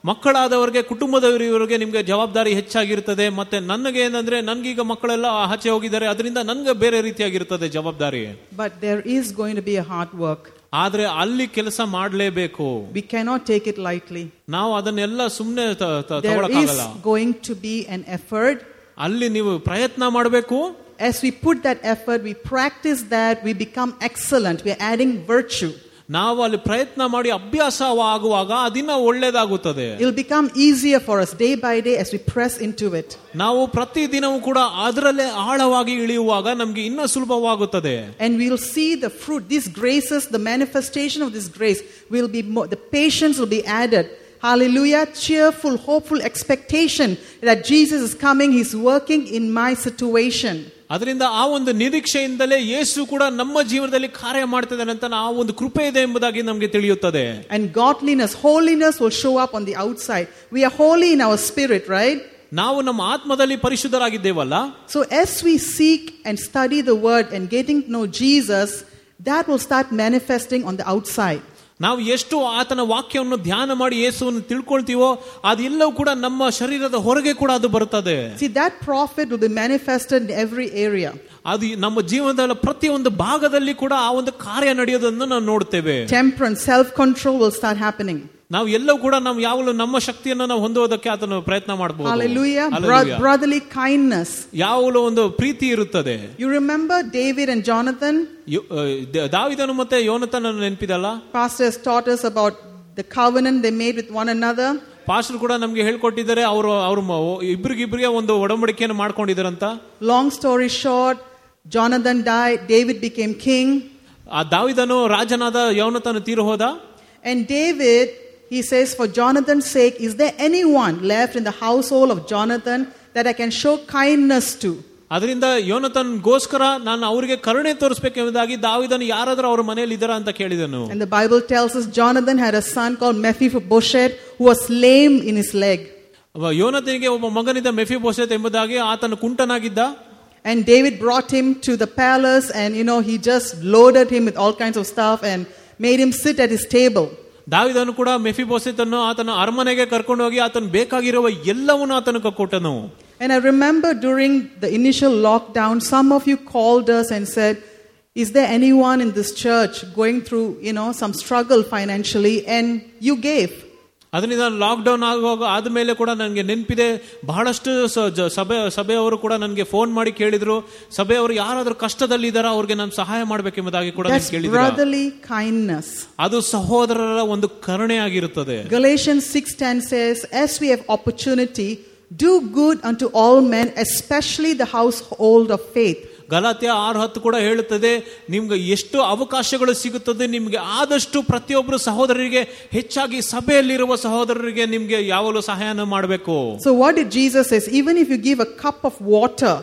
B: ಮಕ್ಕಳಾದವರಿಗೆ ಕುಟುಂಬದವರು ಇವರಿಗೆ ನಿಮಗೆ ಜವಾಬ್ದಾರಿ ಹೆಚ್ಚಾಗಿರ್ತದೆ ಮತ್ತೆ ನನಗೆ ಏನಂದ್ರೆ ನನಗೀಗ ಮಕ್ಕಳೆಲ್ಲ ಆಚೆ ಹೋಗಿದ್ದಾರೆ ಅದರಿಂದ ನನಗೆ ಬೇರೆ ರೀತಿಯಾಗಿರ್ತದೆ ಜವಾಬ್ದಾರಿ
A: But there is going to be a hard work.
B: ಆದ್ರೆ ಅಲ್ಲಿ ಕೆಲಸ ಮಾಡಲೇಬೇಕು
A: We cannot take it lightly.
B: ನಾವು ಅದನ್ನೆಲ್ಲ ಸುಮ್ಮನೆ
A: There is
B: ತಗೊಳಕ್ಕಾಗಲ್ಲ
A: going to be an effort.
B: ಅಲ್ಲಿ ನೀವು ಪ್ರಯತ್ನ ಮಾಡಬೇಕು
A: As we put that effort, we practice that, we become excellent. We're adding virtue.
B: ನಾವು ಅಲ್ಲಿ ಪ್ರಯತ್ನ ಮಾಡಿ ಅಭ್ಯಾಸವಾಗುವಾಗ ಅದಿನ ಒಳ್ಳೇದಾಗುತ್ತದೆ
A: It'll become easier for us day by day as we press into it.
B: ನಾವು ಪ್ರತಿದಿನವೂ ಕೂಡ ಅದರಲ್ಲೇ ಆಳವಾಗಿ ಇಳಿಯುವಾಗ ನಮ್ಗೆ ಇನ್ನೂ ಸುಲಭವಾಗುತ್ತದೆ
A: And we'll see the fruit, these graces, the manifestation of this grace will be more, the patience will be added. Hallelujah. Cheerful, hopeful expectation that Jesus is coming, He's working in my situation.
B: ಅದರಿಂದ ಆ ಒಂದು ನಿರೀಕ್ಷೆಯಿಂದಲೇ ಯೇಸು ಕೂಡ ನಮ್ಮ ಜೀವನದಲ್ಲಿ ಕಾರ್ಯ ಮಾಡ್ತಿದ್ದಾನೆ ಅಂತ ಆ ಒಂದು ಕೃಪೆ ಇದೆ ಎಂಬುದಾಗಿ ನಮಗೆ ತಿಳಿಯುತ್ತದೆ
A: And godliness, holiness will show up on the outside. We are holy in our spirit, right?
B: ನಾವು ನಮ್ಮ ಆತ್ಮದಲ್ಲಿ ಪರಿಶುದ್ಧರಾಗಿದ್ದೇವಲ್ಲ
A: So as we seek and study the word and getting to know Jesus, that will start manifesting on the outside.
B: ನಾವು ಎಷ್ಟು ಆತನ ವಾಕ್ಯವನ್ನು ಧ್ಯಾನ ಮಾಡಿ ಯೇಸುವನ್ನು ತಿಳ್ಕೊಳ್ತೀವೋ ಅದೆಲ್ಲವೂ ಕೂಡ ನಮ್ಮ ಶರೀರದ ಹೊರಗೆ ಕೂಡ ಅದು ಬರುತ್ತದೆ
A: See, that profit will be manifested in every area.
B: ಅದು ನಮ್ಮ ಜೀವನದ ಪ್ರತಿಯೊಂದು ಭಾಗದಲ್ಲಿ ಕೂಡ ಆ ಒಂದು ಕಾರ್ಯ ನಡೆಯೋದನ್ನು ನಾವು ನೋಡ್ತೇವೆ
A: Temperance, self-control will start happening.
B: ನಾವು ಎಲ್ಲವೂ ಕೂಡ ನಾವು ಯಾವಾಗಲೂ ನಮ್ಮ ಶಕ್ತಿಯನ್ನು ನಾವು ಹೊಂದುವುದಕ್ಕೆ ಅದನ್ನು ಪ್ರಯತ್ನ ಮಾಡಬಹುದು
A: Hallelujah. Bro- brotherly kindness.
B: ಯಾವಾಗಲೂ ಒಂದು ಪ್ರೀತಿ ಇರುತ್ತದೆ
A: You remember David and Jonathan?
B: ಯು- ಆ, ದ- ದಾವಿದನು ಮತ್ತೆ ಯೋನತನ ನೆನಪಿದಲ್ಲ
A: Pastor has taught us about the covenant they made with one another.
B: Pastor ಕೂಡ ನಮ್ಗೆ ಹೇಳ್ಕೊಟ್ಟಿದ್ದಾರೆ ಅವರು ಅವ್ರ ಇಬ್ರಿಗಿಬ್ರಿಗೆ ಒಂದು ಒಡಂಬಡಿಕೆಯನ್ನು ಮಾಡ್ಕೊಂಡಿದಾರಂತ
A: Long story short, Jonathan died, David became king.
B: ಆ ದಾವಿದನು ರಾಜನಾದ ಯೋನತನು ತೀರು ಹೋದ
A: And David, he says, For Jonathan's sake, is there anyone left in the household of Jonathan that I can show kindness to?
B: ಅದರಿಂದ ಯೋನತನ್ಗೋಸ್ಕರ ನಾನು ಅವರಿಗೆ ಕರುಣೆ ತೋರಿಸಬೇಕೆಂಬುದಾಗಿ ದಾವಿದನು ಯಾರಾದ್ರೂ ಅವ್ರ ಮನೆಯಲ್ಲಿ ಇದ್ದಾರಾ ಅಂತ ಕೇಳಿದನು
A: And the Bible tells us Jonathan had a son called Mephibosheth who was lame in his leg.
B: ಅವ ಯೋನತನಿಗೆ ಒಬ್ಬ ಮಗನಿದ್ದ ಮೆಫಿ ಬೋಸೆತ್ ಎಂಬುದಾಗಿ ಆತನು ಕುಂಟನಾಗಿದ್ದ
A: And David brought him to the palace and, you know, he just loaded him with all kinds of stuff and made him sit at his table.
B: ದಾವಿದನು ಕೂಡ ಮೆಫಿಬೋಸೆತನ್ನು ಆತನ ಅರಮನೆಗೆ ಕರ್ಕೊಂಡು ಹೋಗಿ ಆತನು ಬೇಕಾಗಿರುವ ಎಲ್ಲವನ್ನು ಆತನು ಕೊಟ್ಟನು
A: And I remember during the initial lockdown, some of you called us and said, Is there anyone in this church going through, you know, some struggle financially? And you gave.
B: ಅದರಿಂದ ಲಾಕ್ಡೌನ್ ಆಗುವಾಗ ಆದಮೇಲೆ ಕೂಡ ನನಗೆ ನೆನಪಿದೆ ಬಹಳಷ್ಟು ಸ- ಜ- ಸಭೆ ಸಭೆಯವರು ಕೂಡ ನನಗೆ ಫೋನ್ ಮಾಡಿ ಕೇಳಿದ್ರು ಸಭೆಯವರು ಯಾರಾದರೂ ಕಷ್ಟದಲ್ಲಿ ಇದ್ದಾರಾ ಅವ್ರಿಗೆ ನಾನು ಸಹಾಯ ಮಾಡಬೇಕೆಂಬುದಾಗಿ ಕೂಡ
A: That's
B: ಕೇಳಿದ್ರು
A: brotherly kindness.
B: ಅದು ಸಹೋದರರ ಒಂದು ಕರುಣೆ ಆಗಿರುತ್ತದೆ
A: Galatians 6:10 says, "As we have opportunity, do good unto all men, especially the household of faith."
B: Galatia ಆರು ಹತ್ತು ಕೂಡ ಹೇಳುತ್ತದೆ ನಿಮ್ಗೆ ಎಷ್ಟು ಅವಕಾಶಗಳು ಸಿಗುತ್ತದೆ ನಿಮ್ಗೆ ಆದಷ್ಟು ಪ್ರತಿಯೊಬ್ಬರು ಸಹೋದರರಿಗೆ ಹೆಚ್ಚಾಗಿ ಸಭೆಯಲ್ಲಿರುವ ಸಹೋದರರಿಗೆ ನಿಮ್ಗೆ ಯಾವಾಗಲೂ ಸಹಾಯನ ಮಾಡಬೇಕು
A: So what did Jesus says? Even if you give a cup of water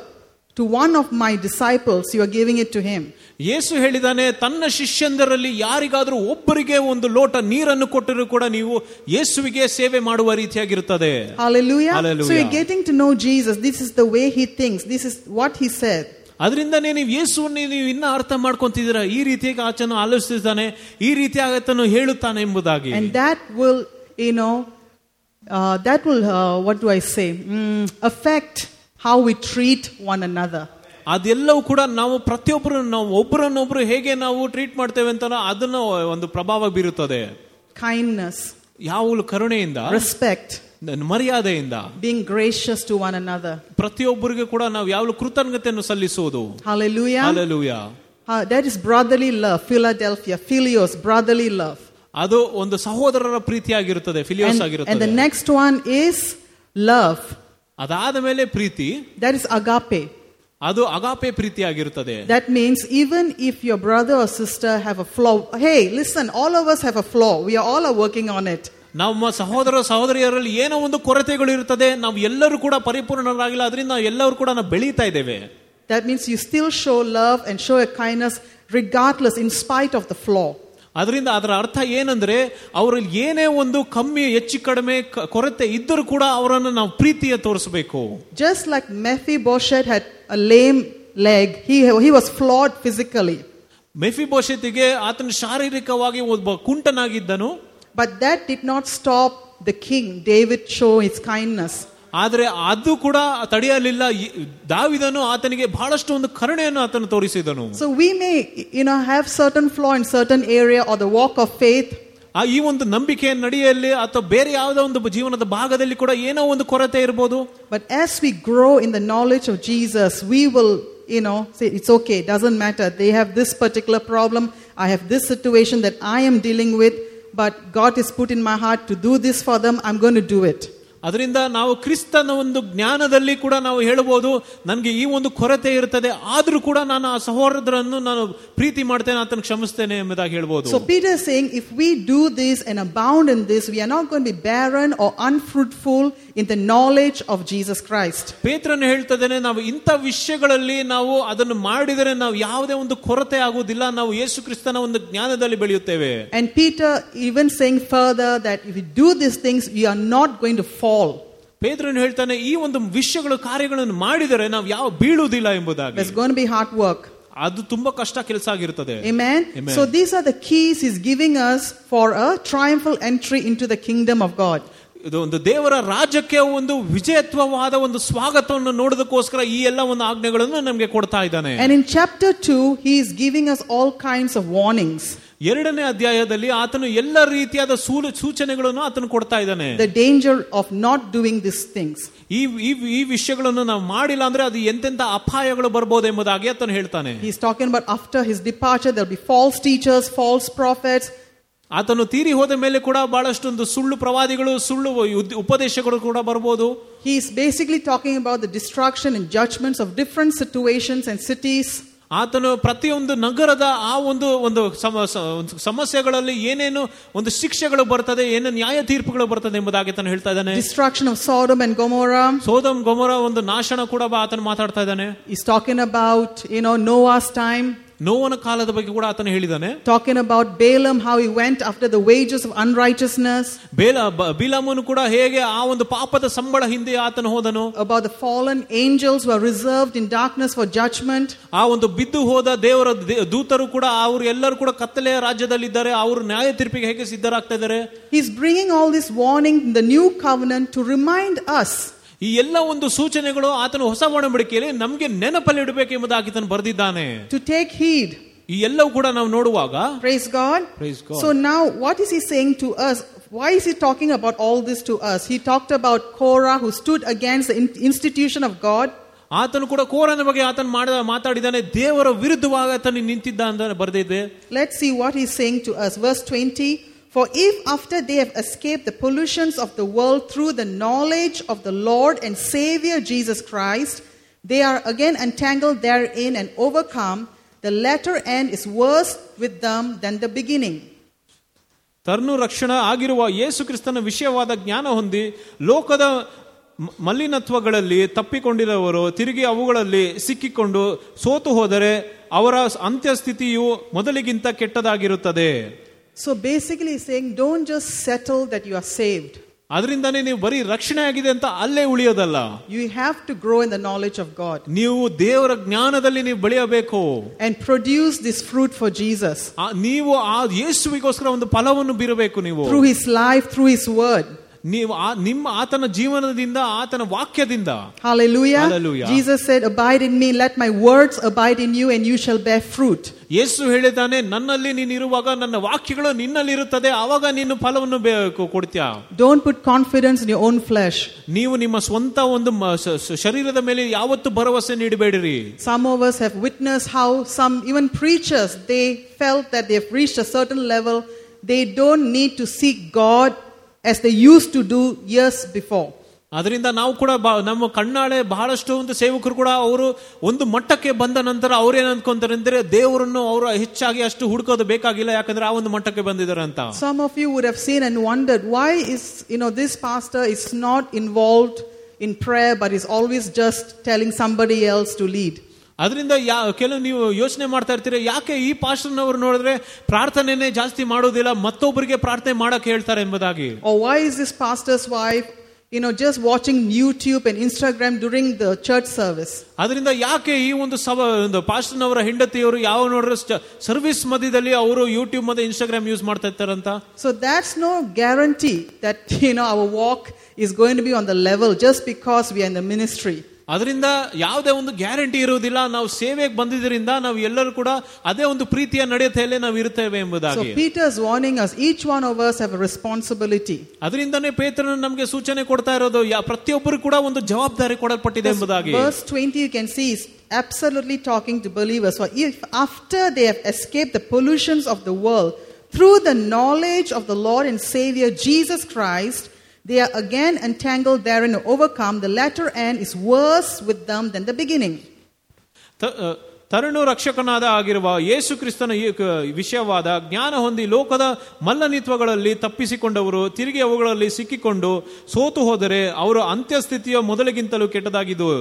A: to one of my disciples, you are giving it to him.
B: ಯೇಸು ಹೇಳಿದಾನೆ ತನ್ನ ಶಿಷ್ಯಂದರಲ್ಲಿ ಯಾರಿಗಾದರೂ ಒಬ್ಬರಿಗೆ ಒಂದು ಲೋಟ ನೀರನ್ನು ಕೊಟ್ಟರೂ ಕೂಡ ನೀವು ಯೇಸುವಿಗೆ ಸೇವೆ ಮಾಡುವ ರೀತಿಯಾಗಿರುತ್ತದೆ
A: Hallelujah. So
B: Hallelujah.
A: you're getting to know Jesus. This is the way he thinks. This is what he said.
B: ಅದರಿಂದನೇ ನೀವು ಯೇಸುವನ್ನೇ ನೀವು ಇನ್ನ ಅರ್ಥ ಮಾಡ್ಕೊಂತಿದ್ದೀರಾ ಈ ರೀತಿಯಾಗಿ ಆತನು ಆಲೋಚಿಸಿದ್ದಾನೆ ಈ ರೀತಿಯಾಗತನು ಹೇಳುತ್ತಾನೆ ಎಂಬುದಾಗಿ
A: And that will, you know, uh, that will, uh, what do I say, Mm, affect how we treat one another.
B: ಅದೆಲ್ಲವೂ ಕೂಡ ನಾವು ಪ್ರತಿಯೊಬ್ಬರು ನಾವು ಒಬ್ಬರನ್ನೊಬ್ರು ಹೇಗೆ ನಾವು ಟ್ರೀಟ್ ಮಾಡ್ತೇವೆ ಅಂತ ಅದನ್ನ ಒಂದು ಪ್ರಭಾವ ಬೀರುತ್ತದೆ
A: Kindness,
B: ಯಾವಾಗಲೂ ಕರುಣೆಯಿಂದ
A: respect,
B: ಮರ್ಯಾದೆಯಿಂದ
A: being gracious to one another.
B: ಪ್ರತಿಯೊಬ್ಬರಿಗೆ ಕೂಡ ನಾವು ಯಾವಾಗಲೂ ಕೃತಜ್ಞತೆಯನ್ನು ಸಲ್ಲಿಸುವುದು
A: Hallelujah.
B: Alleluia
A: Uh, that is brotherly love, Philadelphia, Philios, brotherly love.
B: ಅದು ಒಂದು ಸಹೋದರರ ಪ್ರೀತಿಯಾಗಿರುತ್ತದೆ ಫಿಲಿಯೋಸ್
A: And, and the
B: ಆಗಿರುತ್ತದೆ
A: next one is love.
B: ಅದಾದ ಮೇಲೆ ಪ್ರೀತಿ
A: That is agape.
B: ಅದು ಅಗಾಪೆ ಪ್ರೀತಿಯಾಗಿರುತ್ತದೆ
A: That means even if your brother or sister have a flaw, hey, listen, all of us have a flaw. We are all are working on it.
B: ನಮ್ಮ ಸಹೋದರ ಸಹೋದರಿಯರಲ್ಲಿ ಏನೋ ಒಂದು ಕೊರತೆಗಳು ಇರುತ್ತದೆ ನಾವು ಎಲ್ಲರೂ ಕೂಡ ಪರಿಪೂರ್ಣರಾಗಿಲ್ಲ ಅದರಿಂದ ನಾವು ಎಲ್ಲರೂ ಕೂಡ ನಾವು ಬೆಳೀತಾ ಇದ್ದೇವೆ
A: That means you still show love and show a kindness regardless, in spite of the flaw.
B: ಅದರಿಂದ ಅದರ ಅರ್ಥ ಏನಂದ್ರೆ ಅವರಲ್ಲಿ ಏನೇ ಒಂದು ಕಮ್ಮಿ ಹೆಚ್ಚು ಕಡಿಮೆ ಕ- ಕೊರತೆ ಇದ್ದರೂ ಕೂಡ ಅವರನ್ನು ನಾವು ಪ್ರೀತಿಯ ತೋರಿಸಬೇಕು
A: Just like Mephibosheth had a lame leg, he, he was flawed physically.
B: ಮೆಫಿ ಭವಿಷ್ಯತಿಗೆ ಆತನ ಶಾರೀರಿಕವಾಗಿ ಒಬ್ಬ ಕುಂಟನಾಗಿದ್ದನು
A: But that did not stop the king David show his kindness.
B: ಆದರೆ ಅದು ಕೂಡ ತಡೆಯಲಿಲ್ಲ ಈ- ದಾವಿದನು ಆತನಿಗೆ ಬಹಳಷ್ಟು ಒಂದು ಕರುಣೆಯನ್ನು ಆತನು ತೋರಿಸಿದನು
A: So we may you know have certain flaw in certain area or the walk of faith,
B: ಆ ಈ ಒಂದು ನಂಬಿಕೆಯ ನಡಿಯಲ್ಲಿ ಅಥವಾ ಬೇರೆ ಯಾವುದೋ ಒಂದು ಜೀವನದ ಭಾಗದಲ್ಲಿ ಕೂಡ ಏನೋ ಒಂದು ಕೊರತೆ ಇರ್ಬೋದು
A: but as we grow in the knowledge of Jesus, we will you know say it's okay, doesn't matter. They have this particular problem, I have this situation that I am dealing with, but God has put in my heart to do this for them, I'm going to do it.
B: ಅದರಿಂದ ನಾವು ಕ್ರಿಸ್ತನ ಒಂದು ಜ್ಞಾನದಲ್ಲಿ ಕೂಡ ನಾವು ಹೇಳಬಹುದು ನನಗೆ ಈ ಒಂದು ಕೊರತೆ ಇರ್ತದೆ ಆದ್ರೂ ಕೂಡ ನಾನು ಆ ಸಹೋದರನ್ನು ನಾನು ಪ್ರೀತಿ ಮಾಡ್ತೇನೆ ಆತನ ಕ್ಷಮಿಸ್ತೇನೆ ಎಂಬುದಾಗಿ
A: So
B: ಹೇಳ್ಬೋದು
A: Peter is saying if we do this and abound in this, we are not going to be barren or unfruitful in the knowledge of Jesus Christ.
B: ಪೇತ್ರನು ಹೇಳ್ತದೇನೆ ನಾವು ಇಂಥ ವಿಷಯಗಳಲ್ಲಿ ನಾವು ಅದನ್ನು ಮಾಡಿದರೆ ನಾವು ಯಾವುದೇ ಒಂದು ಕೊರತೆ ಆಗುವುದಿಲ್ಲ ನಾವು ಯೇಸು ಕ್ರಿಸ್ತನ ಒಂದು ಜ್ಞಾನದಲ್ಲಿ ಬೆಳೆಯುತ್ತೇವೆ
A: And Peter even saying further that if you do these things, you are not going to fall.
B: ಪೇತ್ರನು ಹೇಳ್ತಾನೆ ಈ ಒಂದು ವಿಷಯಗಳು ಕಾರ್ಯಗಳನ್ನು ಮಾಡಿದರೆ ನಾವು ಯಾವ ಬೀಳುವುದಿಲ್ಲ ಎಂಬುದಾಗಿ
A: There's going to be hard work.
B: ಅದು ತುಂಬಾ ಕಷ್ಟ ಕೆಲಸ ಆಗಿರುತ್ತದೆ
A: Amen?
B: Amen.
A: So these are the keys he's giving us for a triumphal entry into the kingdom of God.
B: ಇದು ಒಂದು ದೇವರ ರಾಜ್ಯಕ್ಕೆ ಒಂದು ವಿಜಯತ್ವವಾದ ಒಂದು ಸ್ವಾಗತವನ್ನು ನೋಡೋದಕ್ಕೋಸ್ಕರ ಈ ಎಲ್ಲ ಒಂದು ಆಜ್ಞೆಗಳನ್ನು ನಮಗೆ ಕೊಡ್ತಾ ಇದ್ದಾನೆ
A: And in chapter 2, he is giving us all kinds of warnings.
B: ಎರಡನೇ ಅಧ್ಯಾಯದಲ್ಲಿ ಆತನು ಎಲ್ಲ ರೀತಿಯಾದ ಸೂಲು- ಸೂಚನೆಗಳನ್ನು ಆತನು ಕೊಡ್ತಾ ಇದ್ದಾನೆ
A: The danger of not doing these things.
B: ಈ ಈ- ಈ ವಿಷಯಗಳನ್ನು ನಾವು ಮಾಡಿಲ್ಲ ಅಂದ್ರೆ ಅದು ಎಂತೆಂತ ಅಪಾಯಗಳು ಬರ್ಬೋದು ಎಂಬುದಾಗಿ ಆತನು ಹೇಳ್ತಾನೆ
A: He's talking about after his departure, there'll be false teachers, false prophets,
B: ಆತನು ತೀರಿ ಹೋದ ಮೇಲೆ ಕೂಡ ಬಹಳಷ್ಟೊಂದು ಸುಳ್ಳು ಪ್ರವಾದಿಗಳು ಸುಳ್ಳು ಉದ್- ಉಪದೇಶಗಳು ಕೂಡ ಬರ್ಬೋದು
A: He's basically talking about the destruction and judgments of different situations and cities.
B: ಆತನು ಪ್ರತಿಯೊಂದು ನಗರದ ಆ ಒಂದು ಒಂದು ಸಮ- ಸ- ಒಂದು ಸಮಸ್ಯೆಗಳಲ್ಲಿ ಏನೇನು ಒಂದು ಶಿಕ್ಷೆಗಳು ಬರ್ತದೆ ಏನು ನ್ಯಾಯ ತೀರ್ಪುಗಳು ಬರ್ತದೆ ಎಂಬುದಾಗಿ ಆತನು ಹೇಳ್ತಾ ಇದ್ದಾನೆ
A: Destruction of Sodom and Gomorrah.
B: ಸೋದಮ್ ಗೊಮರ ಒಂದು ನಾಶನ ಕೂಡ ಬಾ- ಆತನು ಮಾತಾಡ್ತಾ ಇದ್ದಾನೆ
A: He's talking about, you know, Noah's time,
B: ನೋವನ ಕಾಲದ ಬಗ್ಗೆ ಕೂಡ ಆತನು ಹೇಳಿದ್ದಾನೆ
A: talking about Balaam, how he went after the wages of unrighteousness,
B: ಬೇಲ ಬ- ಬಿಲಾಮನು ಕೂಡ ಹೇಗೆ ಆ ಒಂದು ಪಾಪದ ಸಂಬಳ ಹಿಂದೆ ಆತನು ಹೋದನು
A: about the fallen angels who are reserved in darkness for judgment,
B: ಆ ಒಂದು ಬಿದ್ದು ಹೋದ ದೇವರ ದೇ- ದೂತರು ಕೂಡ ಅವರು ಎಲ್ಲರೂ ಕೂಡ ಕತ್ತಲೆಯ ರಾಜ್ಯದಲ್ಲಿದ್ದಾರೆ ಅವರು ನ್ಯಾಯ ತೀರ್ಪಿಗೆ ಹೇಗೆ ಸಿದ್ಧರಾಗ್ತಾ ಇದ್ದಾರೆ
A: He's bringing all this warning in the new covenant to remind us
B: ಈ ಎಲ್ಲ ಒಂದು ಸೂಚನೆಗಳು ಆತನ ಹೊಸ ಒಡಂಬಡಿಕೆಯಲ್ಲಿ ನಮಗೆ ನೆನಪಲ್ಲಿ ಇಡಬೇಕೆಂಬುದಾಗಿ ಆತನು ಬರೆದಿದ್ದಾನೆ
A: to take heed.
B: ಈ ಎಲ್ಲವೂ ಕೂಡ ನಾವು ನೋಡುವಾಗ
A: Praise God.
B: Praise God.
A: So now, what is he saying to us? Why is he talking about all this to us? He talked about Korah who stood against the in- institution of God.
B: ಆತನು ಕೂಡ ಕೋರನ ಬಗ್ಗೆ ಆತನು ಮಾಡಿದ ಮಾತಾಡಿದ್ದಾನೆ ದೇವರ ವಿರುದ್ಧವಾಗಿ ಆತನು ನಿಂತಿದ್ದ ಅಂತ ಬರೆದಿದೆ
A: Let's see what he's saying to us. Verse 20 For if after they have escaped the pollutions of the world through the knowledge of the Lord and Savior Jesus Christ, they are again entangled therein and overcome, the latter end is worse with them than the beginning.
B: ತರ್ನು ರಕ್ಷಣ ಆಗಿರುವ ಯೇಸು ಕ್ರಿಸ್ತನ ವಿಷಯವಾದ ಜ್ಞಾನ ಹೊಂದಿ ಲೋಕದ ಮ- ಮಲಿನತ್ವಗಳಲ್ಲಿ ತಪ್ಪಿಕೊಂಡಿರುವವರು ತಿರುಗಿ ಅವುಗಳಲ್ಲಿ ಸಿಕ್ಕಿಕೊಂಡು ಸೋತು ಹೋದರೆ ಅವರ ಅಂತ್ಯಸ್ಥಿತಿಯು ಮೊದಲಿಗಿಂತ ಕೆಟ್ಟದಾಗಿರುತ್ತದೆ
A: So basically, he's saying, Don't just settle that you are saved.
B: ಅದರಿಂದಾನೇ ನೀವು ಬರೀ ರಕ್ಷಣೆ ಆಗಿದೆ ಅಂತ ಅಲ್ಲೇ ಉಳಿಯೋದಲ್ಲ
A: You have to grow in the knowledge of God
B: ನೀವು ದೇವರ ಜ್ಞಾನದಲ್ಲಿ ನೀವು ಬೆಳೆಯಬೇಕು
A: and produce this fruit for Jesus
B: ಆ- ನೀವು ಆ ಯೇಸುವಿಗೋಸ್ಕರ ಒಂದು ಫಲವನ್ನು ಬೀರಬೇಕು ನೀವು
A: through his life, through his word.
B: ನೀವು ಆ- ನಿಮ್ಮ ಆತನ ಜೀವನದಿಂದ ಆತನ ವಾಕ್ಯದಿಂದ
A: Hallelujah.
B: Hallelujah.
A: Jesus said, Abide in me, let my words abide in you, and you shall bear fruit.
B: ಯೇಸು ಹೇಳಿದ್ದಾನೆ ನನ್ನಲ್ಲಿ ನೀನಿರುವಾಗ ನನ್ನ ವಾಕ್ಯಗಳು ನಿನ್ನಲ್ಲಿರುತ್ತದೆ ಆವಾಗ ನೀನು ಫಲವನ್ನು ಬೇ- ಕೊಡ್ತೀಯ
A: Don't put confidence in your own flesh.
B: ನೀವು ನಿಮ್ಮ ಸ್ವಂತ ಒಂದು ಮ- ಶ- ಶ- ಶರೀರದ ಮೇಲೆ ಯಾವತ್ತು ಭರವಸೆ ನೀಡಬೇಡಿರಿ
A: Some of us have witnessed how some, even preachers, they felt that they've reached a certain level. They don't need to seek God as they used to do years before.
B: ಅದರಿಂದ ನಾವು ಕೂಡ ಬಾ- ನಮ್ಮ ಕಣ್ಣಾಳೆ ಬಹಳಷ್ಟು ಒಂದು ಸೇವಕರು ಕೂಡ ಅವರು ಒಂದು ಮಟ್ಟಕ್ಕೆ ಬಂದ ನಂತರ ಅವ್ರೇನ್ ಅನ್ಕೊಂತಾರೆ ಅಂದ್ರೆ ದೇವರನ್ನು ಅವರು ಹೆಚ್ಚಾಗಿ ಅಷ್ಟು ಹುಡುಕೋದು ಬೇಕಾಗಿಲ್ಲ ಯಾಕಂದ್ರೆ ಆ ಒಂದು ಮಟ್ಟಕ್ಕೆ ಬಂದಿದ್ದಾರೆ ಅಂತ
A: Some of you would have seen and wondered why is you know this pastor is not involved in prayer but is always just telling somebody else to lead.
B: ಅದರಿಂದ ಯಾ ಕೆಲವು ನೀವು ಯೋಚನೆ ಮಾಡ್ತಾ ಇರ್ತೀರಿ ಯಾಕೆ ಈ ಪಾಸ್ಟರ್ನವ್ರು ನೋಡಿದ್ರೆ ಪ್ರಾರ್ಥನೆನೇ ಜಾಸ್ತಿ ಮಾಡೋದಿಲ್ಲ ಮತ್ತೊಬ್ಬರಿಗೆ ಪ್ರಾರ್ಥನೆ ಮಾಡಕ್ ಹೇಳ್ತಾರೆ ಎಂಬುದಾಗಿ
A: Or why is this pastor's wife you know just watching YouTube and Instagram during the church service?
B: ಅದರಿಂದ ಯಾಕೆ ಈ ಒಂದು ಸಭ ಒಂದು ಪಾಸ್ಟರ್ನವರ ಹೆಂಡತಿಯವರು ಯಾವ ನೋಡಿದ್ರೆ ಸರ್ವಿಸ್ ಮಧ್ಯದಲ್ಲಿ ಅವರು ಯೂಟ್ಯೂಬ್ ಮತ್ತೆ ಇನ್ಸ್ಟಾಗ್ರಾಮ್ ಯೂಸ್ ಮಾಡ್ತಾ ಇರ್ತಾರಂತ
A: So that's no guarantee that you know our walk is going to be on the level just because we are in the ministry.
B: ಅದರಿಂದ ಯಾವುದೇ ಒಂದು ಗ್ಯಾರಂಟಿ ಇರುವುದಿಲ್ಲ ನಾವು ಸೇವೆಗೆ ಬಂದಿದ್ದರಿಂದ ನಾವು ಎಲ್ಲರೂ ಕೂಡ ಅದೇ ಒಂದು ಪ್ರೀತಿಯ ನಡೆಯತೆಯಲ್ಲೇ ನಾವು ಇರ್ತೇವೆ
A: So
B: ಎಂಬುದಾಗಿ
A: Peter's warning us each one of us have a responsibility.
B: ಅದರಿಂದನೇ ಪೇತ್ರನು ನಮಗೆ ಸೂಚನೆ ಕೊಡ್ತಾ ಇರೋದು ಯಾ- ಪ್ರತಿಯೊಬ್ಬರು ಕೂಡ ಒಂದು ಜವಾಬ್ದಾರಿ ಕೊಡಲ್ಪಟ್ಟಿದೆ ಎಂಬುದಾಗಿ
A: Verse 20, you can see, is absolutely talking to believers. For if after they have escaped the pollutions of the world through the knowledge of the Lord and Savior Jesus Christ, they are again entangled therein and overcome, the latter end is worse with them than the beginning.
B: ತ- ಅ, ತರುಣು ರಕ್ಷಕನಾದ ಆಗಿರುವ ಯೇಸು ಕ್ರಿಸ್ತನ ಈ ಕ- ವಿಷಯವಾದ ಜ್ಞಾನ ಹೊಂದಿ ಲೋಕದ ಮಲ್ಲನಿತ್ವಗಳಲ್ಲಿ ತಪ್ಪಿಸಿಕೊಂಡವರು ತಿರುಗಿ ಅವುಗಳಲ್ಲಿ ಸಿಕ್ಕಿಕೊಂಡು ಸೋತು ಹೋದರೆ ಅವರ ಅಂತ್ಯಸ್ಥಿತಿಯ ಮೊದಲಿಗಿಂತಲೂ ಕೆಟ್ಟದಾಗಿದ್ದು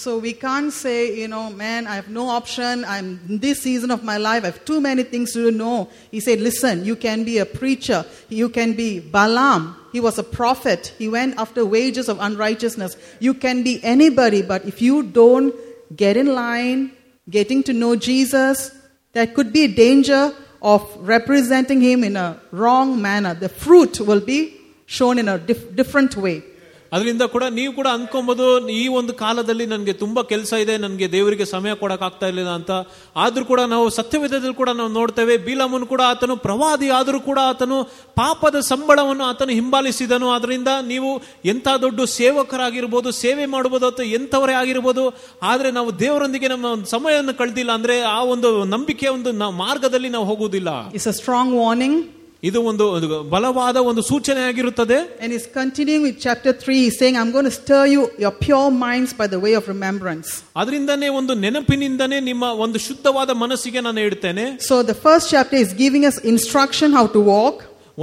A: So we can't say, you know, man, I have no option. I'm in this season of my life. I have too many things to do. No. He said, listen, you can be a preacher. You can be Balaam. He was a prophet. He went after wages of unrighteousness. You can be anybody, but if you don't get in line, getting to know Jesus, there could be a danger of representing him in a wrong manner. The fruit will be shown in a dif- different way.
B: ಅದರಿಂದ ಕೂಡ ನೀವು ಕೂಡ ಅನ್ಕೊಂಬೋದು ಈ ಒಂದು ಕಾಲದಲ್ಲಿ ನನಗೆ ತುಂಬಾ ಕೆಲಸ ಇದೆ ನನಗೆ ದೇವರಿಗೆ ಸಮಯ ಕೊಡಕ್ಕಾಗ್ತಾ ಇಲ್ಲ ಅಂತ ಆದ್ರೂ ಕೂಡ ನಾವು ಸತ್ಯವಿಧದಲ್ಲಿ ಕೂಡ ನಾವು ನೋಡ್ತೇವೆ ಬೀಲಾಮನ್ ಕೂಡ ಆತನು ಪ್ರವಾದಿ ಆದರೂ ಕೂಡ ಆತನು ಪಾಪದ ಸಂಬಳವನ್ನು ಆತನು ಹಿಂಬಾಲಿಸಿದನು ಅದರಿಂದ ನೀವು ಎಂಥ ದೊಡ್ಡ ಸೇವಕರಾಗಿರ್ಬೋದು ಸೇವೆ ಮಾಡ್ಬೋದು ಅಥವಾ ಎಂಥವರೇ ಆಗಿರ್ಬೋದು ಆದ್ರೆ ನಾವು ದೇವರೊಂದಿಗೆ ನಮ್ಮ ಒಂದು ಸಮಯವನ್ನು ಕಳೆದಿಲ್ಲ ಅಂದ್ರೆ ಆ ಒಂದು ನಂಬಿಕೆ ಒಂದು ನ- ಮಾರ್ಗದಲ್ಲಿ ನಾವು ಹೋಗುವುದಿಲ್ಲ
A: It's a strong warning.
B: ಇದು ಒಂದು ಒಂದು ಬಲವಾದ ಒಂದು ಸೂಚನೆ ಆಗಿರುತ್ತದೆ
A: And he's continuing with chapter 3. He's saying, I'm going to stir you, your pure minds, by the way of remembrance.
B: ಅದರಿಂದನೇ ಒಂದು ನೆನಪಿನಿಂದನೇ ನಿಮ್ಮ ಒಂದು ಶುದ್ಧವಾದ ಮನಸ್ಸಿಗೆ ನಾನು ಇಡ್ತೇನೆ
A: So the first chapter is giving us instruction how to walk.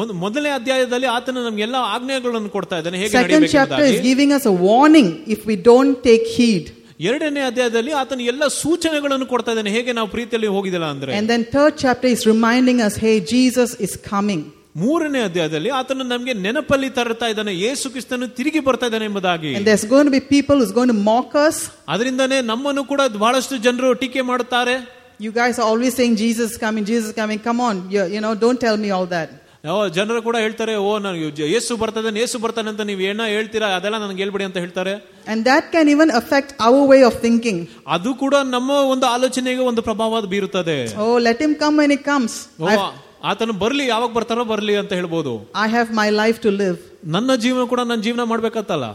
B: ಒಂದು ಮೊದಲನೇ ಅಧ್ಯಾಯದಲ್ಲಿ ಆತನು ನಮ್ಗೆಲ್ಲ ಆಜ್ಞೆಗಳನ್ನು ಕೊಡ್ತಾ ಇದ್ದಾನೆ ಹೇಗೆ
A: Second
B: ನಡಿಬೇಕು
A: chapter is
B: ಎಂಬುದಾಗಿ.
A: giving us a warning if we don't take heed.
B: ಎರಡನೇ ಅಧ್ಯಾಯದಲ್ಲಿ ಆತನು ಎಲ್ಲ ಸೂಚನೆಗಳನ್ನು ಕೊಡ್ತಾ ಇದ್ದಾನೆ ಹೇಗೆ ನಾವು ಪ್ರೀತಿಯಲ್ಲಿ ಹೋಗಿದಿಲ್ಲ ಅಂದ್ರೆ
A: And then third chapter is reminding us, hey, Jesus is coming.
B: ಮೂರನೇ ಅಧ್ಯಾಯದಲ್ಲಿ ಆತನು ನಮ್ಗೆ ನೆನಪಲ್ಲಿ ತರ್ತಾ ಇದ್ದಾನೆ ಯೇಸು ಕ್ರಿಸ್ತನು ತಿರುಗಿ ಬರ್ತಾ ಇದ್ದಾನೆ ಎಂಬುದಾಗಿ
A: And there's going to be people who's going to mock us.
B: ಅದರಿಂದನೇ ನಮ್ಮನ್ನು ಕೂಡ ಬಹಳಷ್ಟು ಜನರು ಟೀಕೆ ಮಾಡುತ್ತಾರೆ
A: You guys are always saying Jesus is coming, Jesus is coming. Come on, you, you know, don't tell me all that.
B: ಯಾವ ಜನರು ಕೂಡ ಹೇಳ್ತಾರೆ ಓ ನನಗೆ ಜ- ಯೇಸು ಬರ್ತದೆ ಯೇಸು ಬರ್ತಾನೆ ಅಂತ ನೀವು ಏನೋ ಹೇಳ್ತೀರಾ ಅದೆಲ್ಲ ನನಗೆ ಹೇಳ್ಬಿಡಿ ಅಂತ ಹೇಳ್ತಾರೆ
A: And that can even affect our way of thinking.
B: ಅದು ಕೂಡ ನಮ್ಮ ಒಂದು ಆಲೋಚನೆಗೆ ಒಂದು ಪ್ರಭಾವ ಬೀರುತ್ತದೆ
A: Oh, let him come when he comes.
B: ಓ, ಆತನು ಬರ್ಲಿ ಯಾವಾಗ ಬರ್ತಾರೋ ಬರ್ಲಿ ಅಂತ ಹೇಳ್ಬೋದು
A: I have my life to live.
B: ನನ್ನ ಜೀವನ ಕೂಡ ನನ್ನ ಜೀವನ ಮಾಡ್ಬೇಕತ್ತಲ್ಲ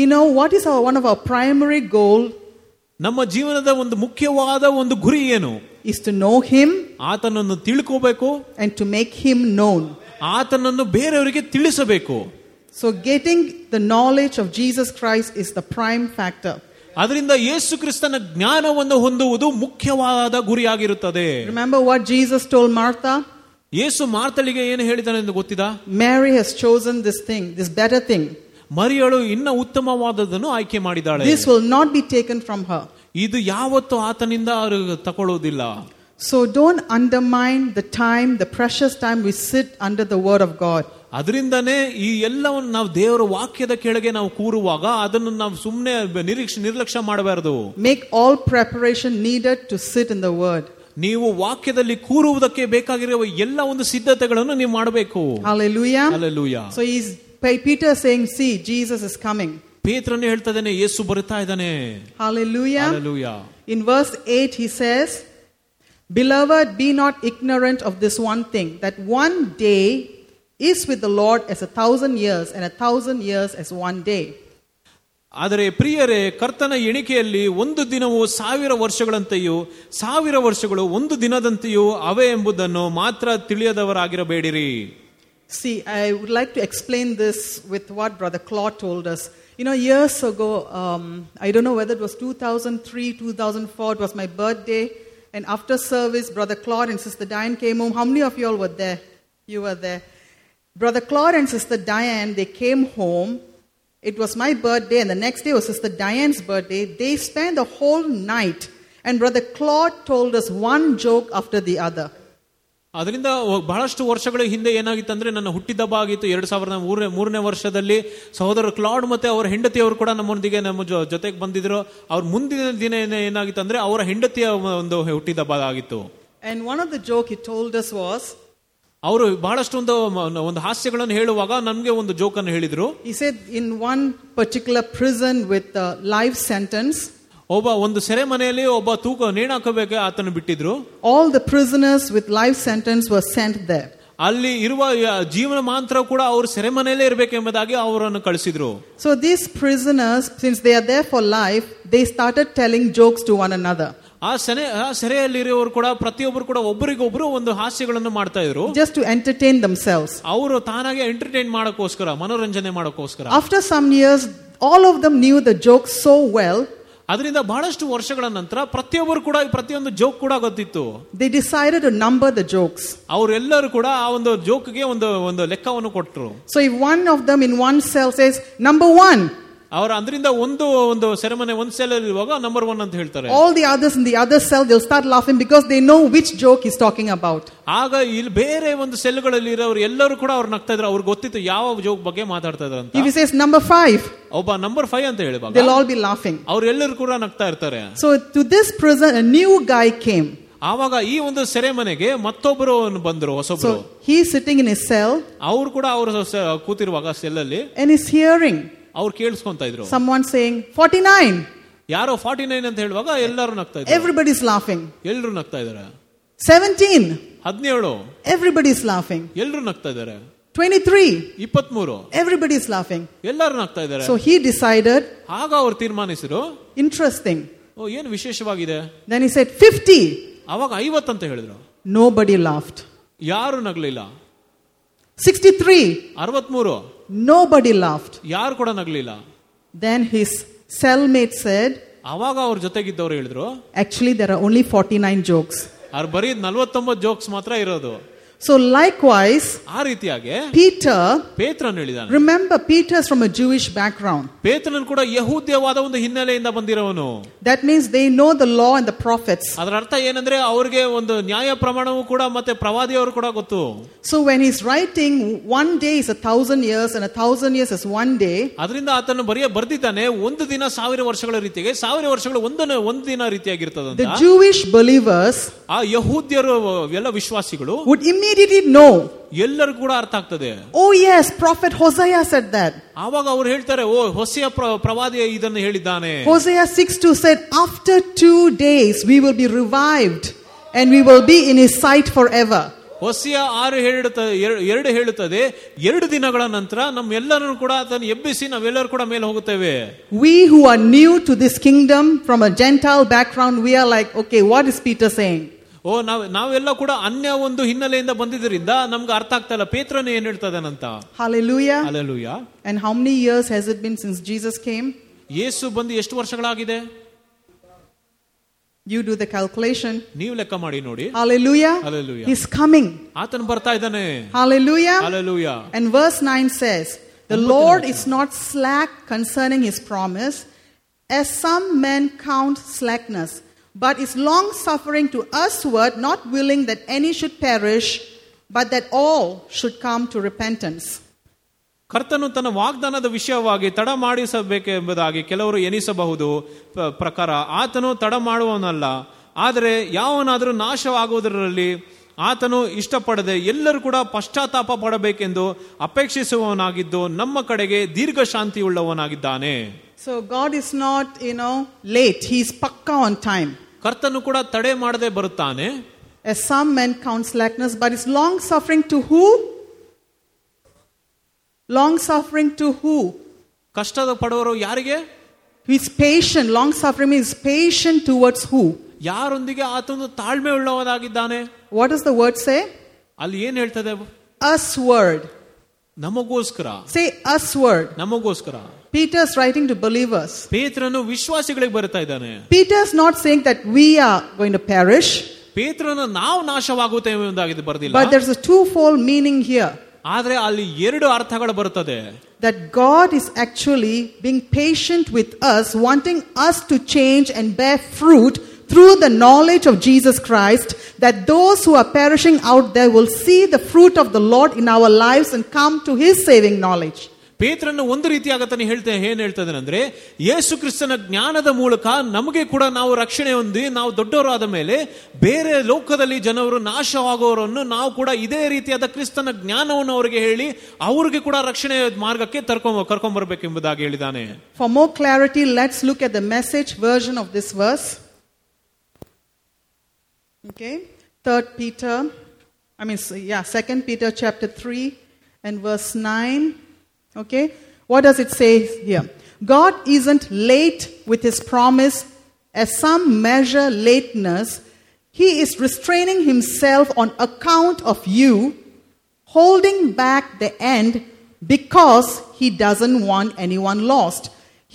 A: You know, what is our, one of our primary goal
B: ನಮ್ಮ ಜೀವನದ ಒಂದು ಮುಖ್ಯವಾದ ಒಂದು ಗುರಿ ಏನು
A: is to know him
B: ಆತನನ್ನು ತಿಳ್ಕೋಬೇಕು
A: and to make him known.
B: ಆತನನ್ನು ಬೇರೆಯವರಿಗೆ ತಿಳಿಸಬೇಕು
A: So getting the knowledge of Jesus Christ is the prime factor.
B: ಅದರಿಂದ ಯೇಸು ಕ್ರಿಸ್ತನ ಜ್ಞಾನವನ್ನು ಹೊಂದುವುದು ಮುಖ್ಯವಾದ ಗುರಿಯಾಗಿರುತ್ತದೆ
A: Remember what Jesus told Martha?
B: ಯೇಸು ಮಾರ್ತಳಿಗೆ ಏನು ಹೇಳಿದಾನೆ ಎಂದು ಗೊತ್ತಿದಾ
A: Mary has chosen this thing, this better thing.
B: ಮರಿಯಳು ಇನ್ನ ಉತ್ತಮವಾದದನ್ನು ಆಯ್ಕೆ ಮಾಡಿದಾಳೆ
A: This will not be taken from her.
B: ಇದು ಯಾವತ್ತೂ ಆತನಿಂದ ಅವರು ತಕೊಳ್ಳೋದಿಲ್ಲ
A: So don't undermine the time, the precious time we sit under the Word of God.
B: ಅದರಿಂದನೇ ಈ ಎಲ್ಲವನ್ನು ನಾವು ದೇವರ ವಾಕ್ಯದ ಕೆಳಗೆ ನಾವು ಕೂರುವಾಗ ಅದನ್ನು ನಾವು ಸುಮ್ಮನೆ ನಿರೀಕ್ಷೆ ನಿರ್ಲಕ್ಷ್ಯ ಮಾಡಬಾರದು
A: Make all preparation needed to sit in the Word.
B: ನೀವು ವಾಕ್ಯದಲ್ಲಿ ಕೂರುವುದಕ್ಕೆ ಬೇಕಾಗಿರುವ ಎಲ್ಲ ಒಂದು ಸಿದ್ಧತೆಗಳನ್ನು ನೀವು ಮಾಡಬೇಕು
A: Hallelujah.
B: Alleluia
A: So he's Pe- Peter is saying, "See, Jesus is coming."
B: ಪೇತ್ರನೇ ಹೇಳ್ತದೇನೆ ಯೇಸು ಬರುತ್ತಾ ಇದ್ದಾನೆ
A: Hallelujah.
B: Alleluia
A: In verse 8 he says, "Beloved, be not ignorant of this one thing, that one day is with the Lord as a thousand years and a thousand years as one day."
B: ಆದರೆ ಪ್ರಿಯರೇ ಕರ್ತನ ಎಣಿಕೆಯಲ್ಲಿ ಒಂದು ದಿನವು ಸಾವಿರ ವರ್ಷಗಳಂತೆಯೂ ಸಾವಿರ ವರ್ಷಗಳು ಒಂದು ದಿನದಂತೆಯೂ ಅವೇ ಎಂಬುದನ್ನು ಮಾತ್ರ ತಿಳಿಯದವರಾಗಿರಬೇಡಿರಿ
A: See, I would like to explain this with what Brother Claude told us. You know, years ago, um, I don't know whether it was 2003, 2004, it was my birthday. And after service, Brother Claude and Sister Diane came home. How many of you all were there? You were there. Brother Claude and Sister Diane, they came home. It was my birthday, and the next day was Sister Diane's birthday. They spent the whole night. And Brother Claude told us one joke after the other.
B: ಅದರಿಂದ ಬಹಳಷ್ಟು ವರ್ಷಗಳ ಹಿಂದೆ ಏನಾಗಿತ್ತಂದ್ರೆ ನನ್ನ ಹುಟ್ಟಿದಬ್ಬ ಆಗಿತ್ತು ಎರಡ್ ಸಾವಿರದ ಮೂರನೇ ಮೂರನೇ ವರ್ಷದಲ್ಲಿ ಸಹೋದರ ಕ್ಲಾಡ್ ಮತ್ತೆ ಅವರ ಹೆಂಡತಿಯವರು ಕೂಡ ನಮ್ಮೊಂದಿಗೆ ನಮ್ಮ ಜೊ- ಜೊತೆಗೆ ಬಂದಿದ್ರು ಅವ್ರ ಮುಂದಿನ ದಿನ ಏನ- ಏನಾಗಿತ್ತಂದ್ರೆ ಅವರ ಹೆಂಡತಿಯ ಒಂದು ಹುಟ್ಟಿದಬ್ಬ ಆಗಿತ್ತು
A: And one of the joke he told us was,
B: ಅವರು ಬಹಳಷ್ಟು ಒಂದು ಮ- ಒಂದು ಹಾಸ್ಯಗಳನ್ನು ಹೇಳುವಾಗ ನಮ್ಗೆ ಒಂದು ಜೋಕನ್ನು ಹೇಳಿದ್ರು
A: He said in one particular prison with a life sentence,
B: ಒಬ್ಬ ಒಂದು ಸೆರೆಮನೆಯಲ್ಲಿ ಒಬ್ಬ ತೂಕ ನೇಣಾಕಬೇಕು ಆತನ ಬಿಟ್ಟಿದ್ರು
A: all the prisoners with life sentence were sent there.
B: ಅಲ್ಲಿ ಇರುವ ಯ- ಜೀವನ ಮಾಂತ್ರ ಕೂಡ ಅವರು ಸೆರೆಮನೆಯಲ್ಲೇ ಇರಬೇಕೆಂಬುದಾಗಿ ಅವರನ್ನು ಕಳಿಸಿದ್ರು
A: So these prisoners, since they are there for life, they started telling jokes to one another
B: ಆ ಸೆನೆ ಆ ಸೆರೆಯಲ್ಲಿರೋರು ಕೂಡ ಪ್ರತಿಯೊಬ್ಬರು ಕೂಡ ಒಬ್ಬರಿಗೊಬ್ರು ಒಂದು ಹಾಸ್ಯಗಳನ್ನು ಮಾಡ್ತಾ ಇದ್ರು
A: just to entertain themselves.
B: ಅವರು ತಾನಾಗೆ ಎಂಟರ್ಟೈನ್ ಮಾಡೋಕ್ಕೋಸ್ಕರ ಮನೋರಂಜನೆ ಮಾಡೋಕ್ಕೋಸ್ಕರ
A: After some years, all of them knew the jokes so well,
B: ಅದರಿಂದ ಬಹಳಷ್ಟು ವರ್ಷಗಳ ನಂತರ ಪ್ರತಿಯೊಬ್ಬರು ಕೂಡ ಈ ಪ್ರತಿಯೊಂದು ಜೋಕ್ ಕೂಡ ಗೊತ್ತಿತ್ತು
A: they decided to number the jokes.
B: ಅವರೆಲ್ಲರೂ ಕೂಡ ಆ ಒಂದು ಜೋಕ್ಗೆ ಒಂದು ಒಂದು ಲೆಕ್ಕವನ್ನು ಕೊಟ್ಟರು
A: So if one of them in one cell says, number one,
B: ಅವರ ಅದರಿಂದ ಒಂದು ಒಂದು ಸೆರೆಮನೆ ಒಂದು ಸೆಲ್ ಇರುವಾಗ ನಂಬರ್ ಒನ್ ಅಂತ ಹೇಳ್ತಾರೆ
A: all the others in the other cell, they'll start laughing because they know which joke he's talking about.
B: ಆಗ ಇಲ್ಲಿ ಬೇರೆ ಒಂದು ಸೆಲ್ಗಳಲ್ಲಿ ಇರೋರು ಎಲ್ಲರೂ ಕೂಡ ಅವ್ರು ನಗ್ತಾ ಇದ್ರು ಅವ್ರಿಗೆ ಗೊತ್ತಿತ್ತು ಯಾವ ಜೋಕ್ ಬಗ್ಗೆ ಮಾತಾಡ್ತಾ ಇದ್ರು ಅಂತ
A: If he says number five,
B: ಒಬ್ಬ ನಂಬರ್ ಫೈವ್ ಅಂತ ಹೇಳುವಾಗ
A: they'll all be laughing.
B: ಅವ್ರೆಲ್ಲರೂ ಕೂಡ ನಗ್ತಾ ಇರ್ತಾರೆ
A: So to this prison, a new guy came.
B: ಆವಾಗ ಈ ಒಂದು ಸೆರೆಮನೆಗೆ ಮತ್ತೊಬ್ಬರು ಬಂದ್ರು ಹೊಸೊಬ್ರು
A: So he's sitting in his cell
B: ಅವ್ರು ಕೂಡ ಅವರು ಕೂತಿರುವಾಗ ಸೆಲ್ಲಲ್ಲಿ
A: and he's hearing
B: ಅವ್ರು ಕೇಳಿಸ್ಕೊಂತ ಇದ್ರು
A: someone saying 49.
B: ಯಾರೋ ಫಾರ್ಟಿ ನೈನ್ ಅಂತ ಹೇಳುವಾಗ ಎಲ್ಲರೂ ನಗ್ತಾ ಇದ್ರು
A: Everybody's laughing.
B: ಎಲ್ಲರೂ ನಗ್ತಾ ಇದಾರೆ
A: 17.
B: ಹದಿನೇಳು
A: Everybody's laughing.
B: ಎಲ್ಲರೂ ನಗ್ತಾ ಇದಾರೆ
A: 23.
B: ಇಪ್ಪತ್ಮೂರು
A: Everybody's laughing.
B: ಎಲ್ಲರೂ ನಗ್ತಾ ಇದಾರೆ
A: So he decided,
B: ಆಗ ಅವ್ರು ತೀರ್ಮಾನಿಸಿದ್ರು
A: interesting.
B: ಓ ಏನು ವಿಶೇಷವಾಗಿದೆ
A: Then he said 50.
B: ಅವಾಗ ಐವತ್ತು ಅಂತ ಹೇಳಿದ್ರು
A: Nobody laughed.
B: ಯಾರು ನಗ್ಲಿಲ್ಲ
A: 63.
B: ಅರವತ್ಮೂರು
A: Nobody laughed.
B: ಯಾರು ಕೂಡ ನಗ್ಲಿಲ್ಲ
A: Then his cellmate said,
B: ಅವಾಗ ಅವ್ರ ಜೊತೆಗಿದ್ದವ್ರು ಹೇಳಿದ್ರು
A: actually, there are only 49 jokes.
B: ಅವ್ರು ಬರೀ ನಲ್ವತ್ತೊಂಬತ್ತು ಜೋಕ್ಸ್ ಮಾತ್ರ ಇರೋದು
A: So likewise,
B: ಆ ರೀತಿಯಾಗಿ
A: Peter,
B: ಪೇತ್ರನ್ ಹೇಳಿದಾನೆ
A: remember, Peter is from a Jewish background.
B: ಪೇತ್ರನ್ ಕೂಡ ಯಹೂದ್ಯವಾದ ಒಂದು ಹಿನ್ನೆಲೆಯಿಂದ ಬಂದಿರೋನು
A: That means they know the law and the prophets.
B: ಅದರ ಅರ್ಥ ಏನಂದ್ರೆ ಅವ್ರಿಗೆ ಒಂದು ನ್ಯಾಯ ಪ್ರಮಾಣವೂ ಕೂಡ ಮತ್ತೆ ಪ್ರವಾದಿಯವರು ಕೂಡ ಗೊತ್ತು
A: So when he's writing, one day is a thousand years and a thousand years is one day,
B: ಅದರಿಂದ ಆತನು ಬರೆಯ ಬರ್ದಿದ್ದಾನೆ ಒಂದು ದಿನ ಸಾವಿರ ವರ್ಷಗಳ ರೀತಿಗೆ ಸಾವಿರ ವರ್ಷಗಳು ಒಂದು ಒಂದು ದಿನ ರೀತಿಯಾಗಿರ್ತದಂತ
A: the Jewish believers
B: ಆ ಯಹೂದ್ಯರು ಎಲ್ಲ ವಿಶ್ವಾಸಿಗಳು
A: would immediately know.
B: ಎಲ್ಲರೂ ಕೂಡ ಅರ್ಥ ಆಗ್ತದೆ
A: Oh, yes, prophet Hosea said that.
B: ಆವಾಗ ಅವ್ರು ಹೇಳ್ತಾರೆ ಓ ಹೊಸೆಯ ಪ್ರ- ಪ್ರವಾದಿ ಇದನ್ನು ಹೇಳಿದ್ದಾನೆ
A: Hosea 6 2 said, After two days we will be revived and we will be in his sight forever.
B: ಹೊಸೆಯ ಆರು ಹೇಳುತ್ತ ಎರ- ಎರಡು ಹೇಳುತ್ತದೆ ಎರಡು ದಿನಗಳ ನಂತರ ನಮ್ಮೆಲ್ಲರೂ ಕೂಡ ಅದನ್ನು ಎಬ್ಬಿಸಿ ನಾವೆಲ್ಲರೂ ಕೂಡ ಮೇಲೆ ಹೋಗುತ್ತೇವೆ
A: We who are new to this kingdom from a Gentile background, we are like, okay, what is Peter saying?
B: ಓ ನಾವ್ ನಾವೆಲ್ಲ ಕೂಡ ಅನ್ಯ ಒಂದು ಹಿನ್ನೆಲೆಯಿಂದ ಬಂದಿದ್ರಿಂದ ನಮ್ಗೆ ಅರ್ಥ ಆಗ್ತಾ ಇಲ್ಲ ಪೇತ್ರನ ಏನ್ ಹೇಳ್ತದನಂತ
A: Hallelujah.
B: Alleluia
A: And how many years has it been since Jesus came?
B: ಯೇಸು ಬಂದು ಎಷ್ಟು ವರ್ಷಗಳಾಗಿದೆ
A: You do the calculation.
B: ನೀವು ಲೆಕ್ಕ ಮಾಡಿ ನೋಡಿ
A: Hallelujah.
B: Hallelujah.
A: He's coming.
B: ಆತನು ಬರ್ತಾ ಇದ್ದಾನೆ
A: Hallelujah.
B: Alleluia
A: And verse 9 says, The Lord is not slack concerning his promise, as some men count slackness, but is long suffering to usward, not willing that any should perish, but that all should come to repentance.
B: ಕರ್ತನು ತನ್ನ ವಾಗ್ದಾನದ ವಿಷಯವಾಗಿ ತಡ ಮಾಡಿಸಬೇಕೆಂಬುದಾಗಿ ಕೆಲವರು ಎನಿಸಬಹುದು ಪ್ರ- ಪ್ರಕಾರ ಆತನು ತಡ ಮಾಡುವವನಲ್ಲ ಆದರೆ ಯಾವನಾದರೂ ನಾಶವಾಗುವುದರಲ್ಲಿ ಆತನು ಇಷ್ಟಪಡದೆ ಎಲ್ಲರೂ ಕೂಡ ಪಶ್ಚಾತ್ತಾಪ ಪಡಬೇಕೆಂದು ಅಪೇಕ್ಷಿಸುವವನಾಗಿದ್ದು ನಮ್ಮ ಕಡೆಗೆ ದೀರ್ಘ ಶಾಂತಿಯುಳ್ಳವನಾಗಿದ್ದಾನೆ
A: So God is not, you know, late. He's pakka on time.
B: ಕರ್ತನು ಕೂಡ ತಡೆ ಮಾಡದೆ ಬರುತ್ತಾನೆ
A: As some men count slackness, but is long suffering to who? Long suffering to who?
B: ಕಷ್ಟದ ಪಡುವರು ಯಾರಿಗೆ
A: Who is patient. Long suffering means patient towards who?
B: ಯಾರೊಂದಿಗೆ ಆತನು ತಾಳ್ಮೆ ಉಳ್ಳವನಾಗಿದ್ದಾನೆ
A: What does the word say?
B: ಅಲ್ಲಿ ಏನ್ ಹೇಳ್ತದೆ
A: Us word.
B: ನಮಗೋಸ್ಕರ
A: Say us word.
B: ನಮಗೋಸ್ಕರ
A: Peter's writing to believers.
B: ಪೇತ್ರನು ವಿಶ್ವಾಸಿಗಳಿಗೆ ಬರ್ತಾ ಇದ್ದಾನೆ
A: Peter's not saying that we are going to perish,
B: ಪೇತ್ರನ ನಾವು ನಾಶವಾಗುತ್ತೇವೆ ಎಂದಾಗಿದೆ ಬರೆದಿಲ್ಲ
A: but there's a twofold meaning here.
B: ಆದ್ರೆ ಅಲ್ಲಿ ಎರಡು ಅರ್ಥಗಳು ಬರುತ್ತದೆ
A: That God is actually being patient with us, wanting us to change and bear fruit through the knowledge of Jesus Christ, that those who are perishing out there will see the fruit of the Lord in our lives and come to his saving knowledge.
B: ಪೇತ್ರನ ಒಂದು ರೀತಿಯಾಗತ್ತಾನೆ ಹೇಳ್ತೇನೆ ಏನ್ ಹೇಳ್ತದೆ ಅಂದ್ರೆ ಯೇಸು ಕ್ರಿಸ್ತನ ಜ್ಞಾನದ ಮೂಲಕ ನಮಗೆ ಕೂಡ ನಾವು ರಕ್ಷಣೆ ಹೊಂದಿ ನಾವು ದೊಡ್ಡವರಾದ ಮೇಲೆ ಬೇರೆ ಲೋಕದಲ್ಲಿ ಜನರು ನಾಶವಾಗುವವರನ್ನು ನಾವು ಕೂಡ ಇದೇ ರೀತಿಯಾದ ಕ್ರಿಸ್ತನ ಜ್ಞಾನವನ್ನು ಅವರಿಗೆ ಹೇಳಿ ಅವ್ರಿಗೆ ಕೂಡ ರಕ್ಷಣೆ ಮಾರ್ಗಕ್ಕೆ ತರ್ಕೊಂಡ್ ಕರ್ಕೊಂಡ್ಬರ್ಬೇಕೆಂಬುದಾಗಿ ಹೇಳಿದ್ದಾನೆ
A: For more clarity, let's look at the message version of this verse. Okay, Third Peter, I mean, s- yeah, Second Peter chapter three and verse nine. Okay, what does it say here? God isn't late with His promise, as some measure lateness. He is restraining Himself on account of you, holding back the end because he doesn't want anyone lost.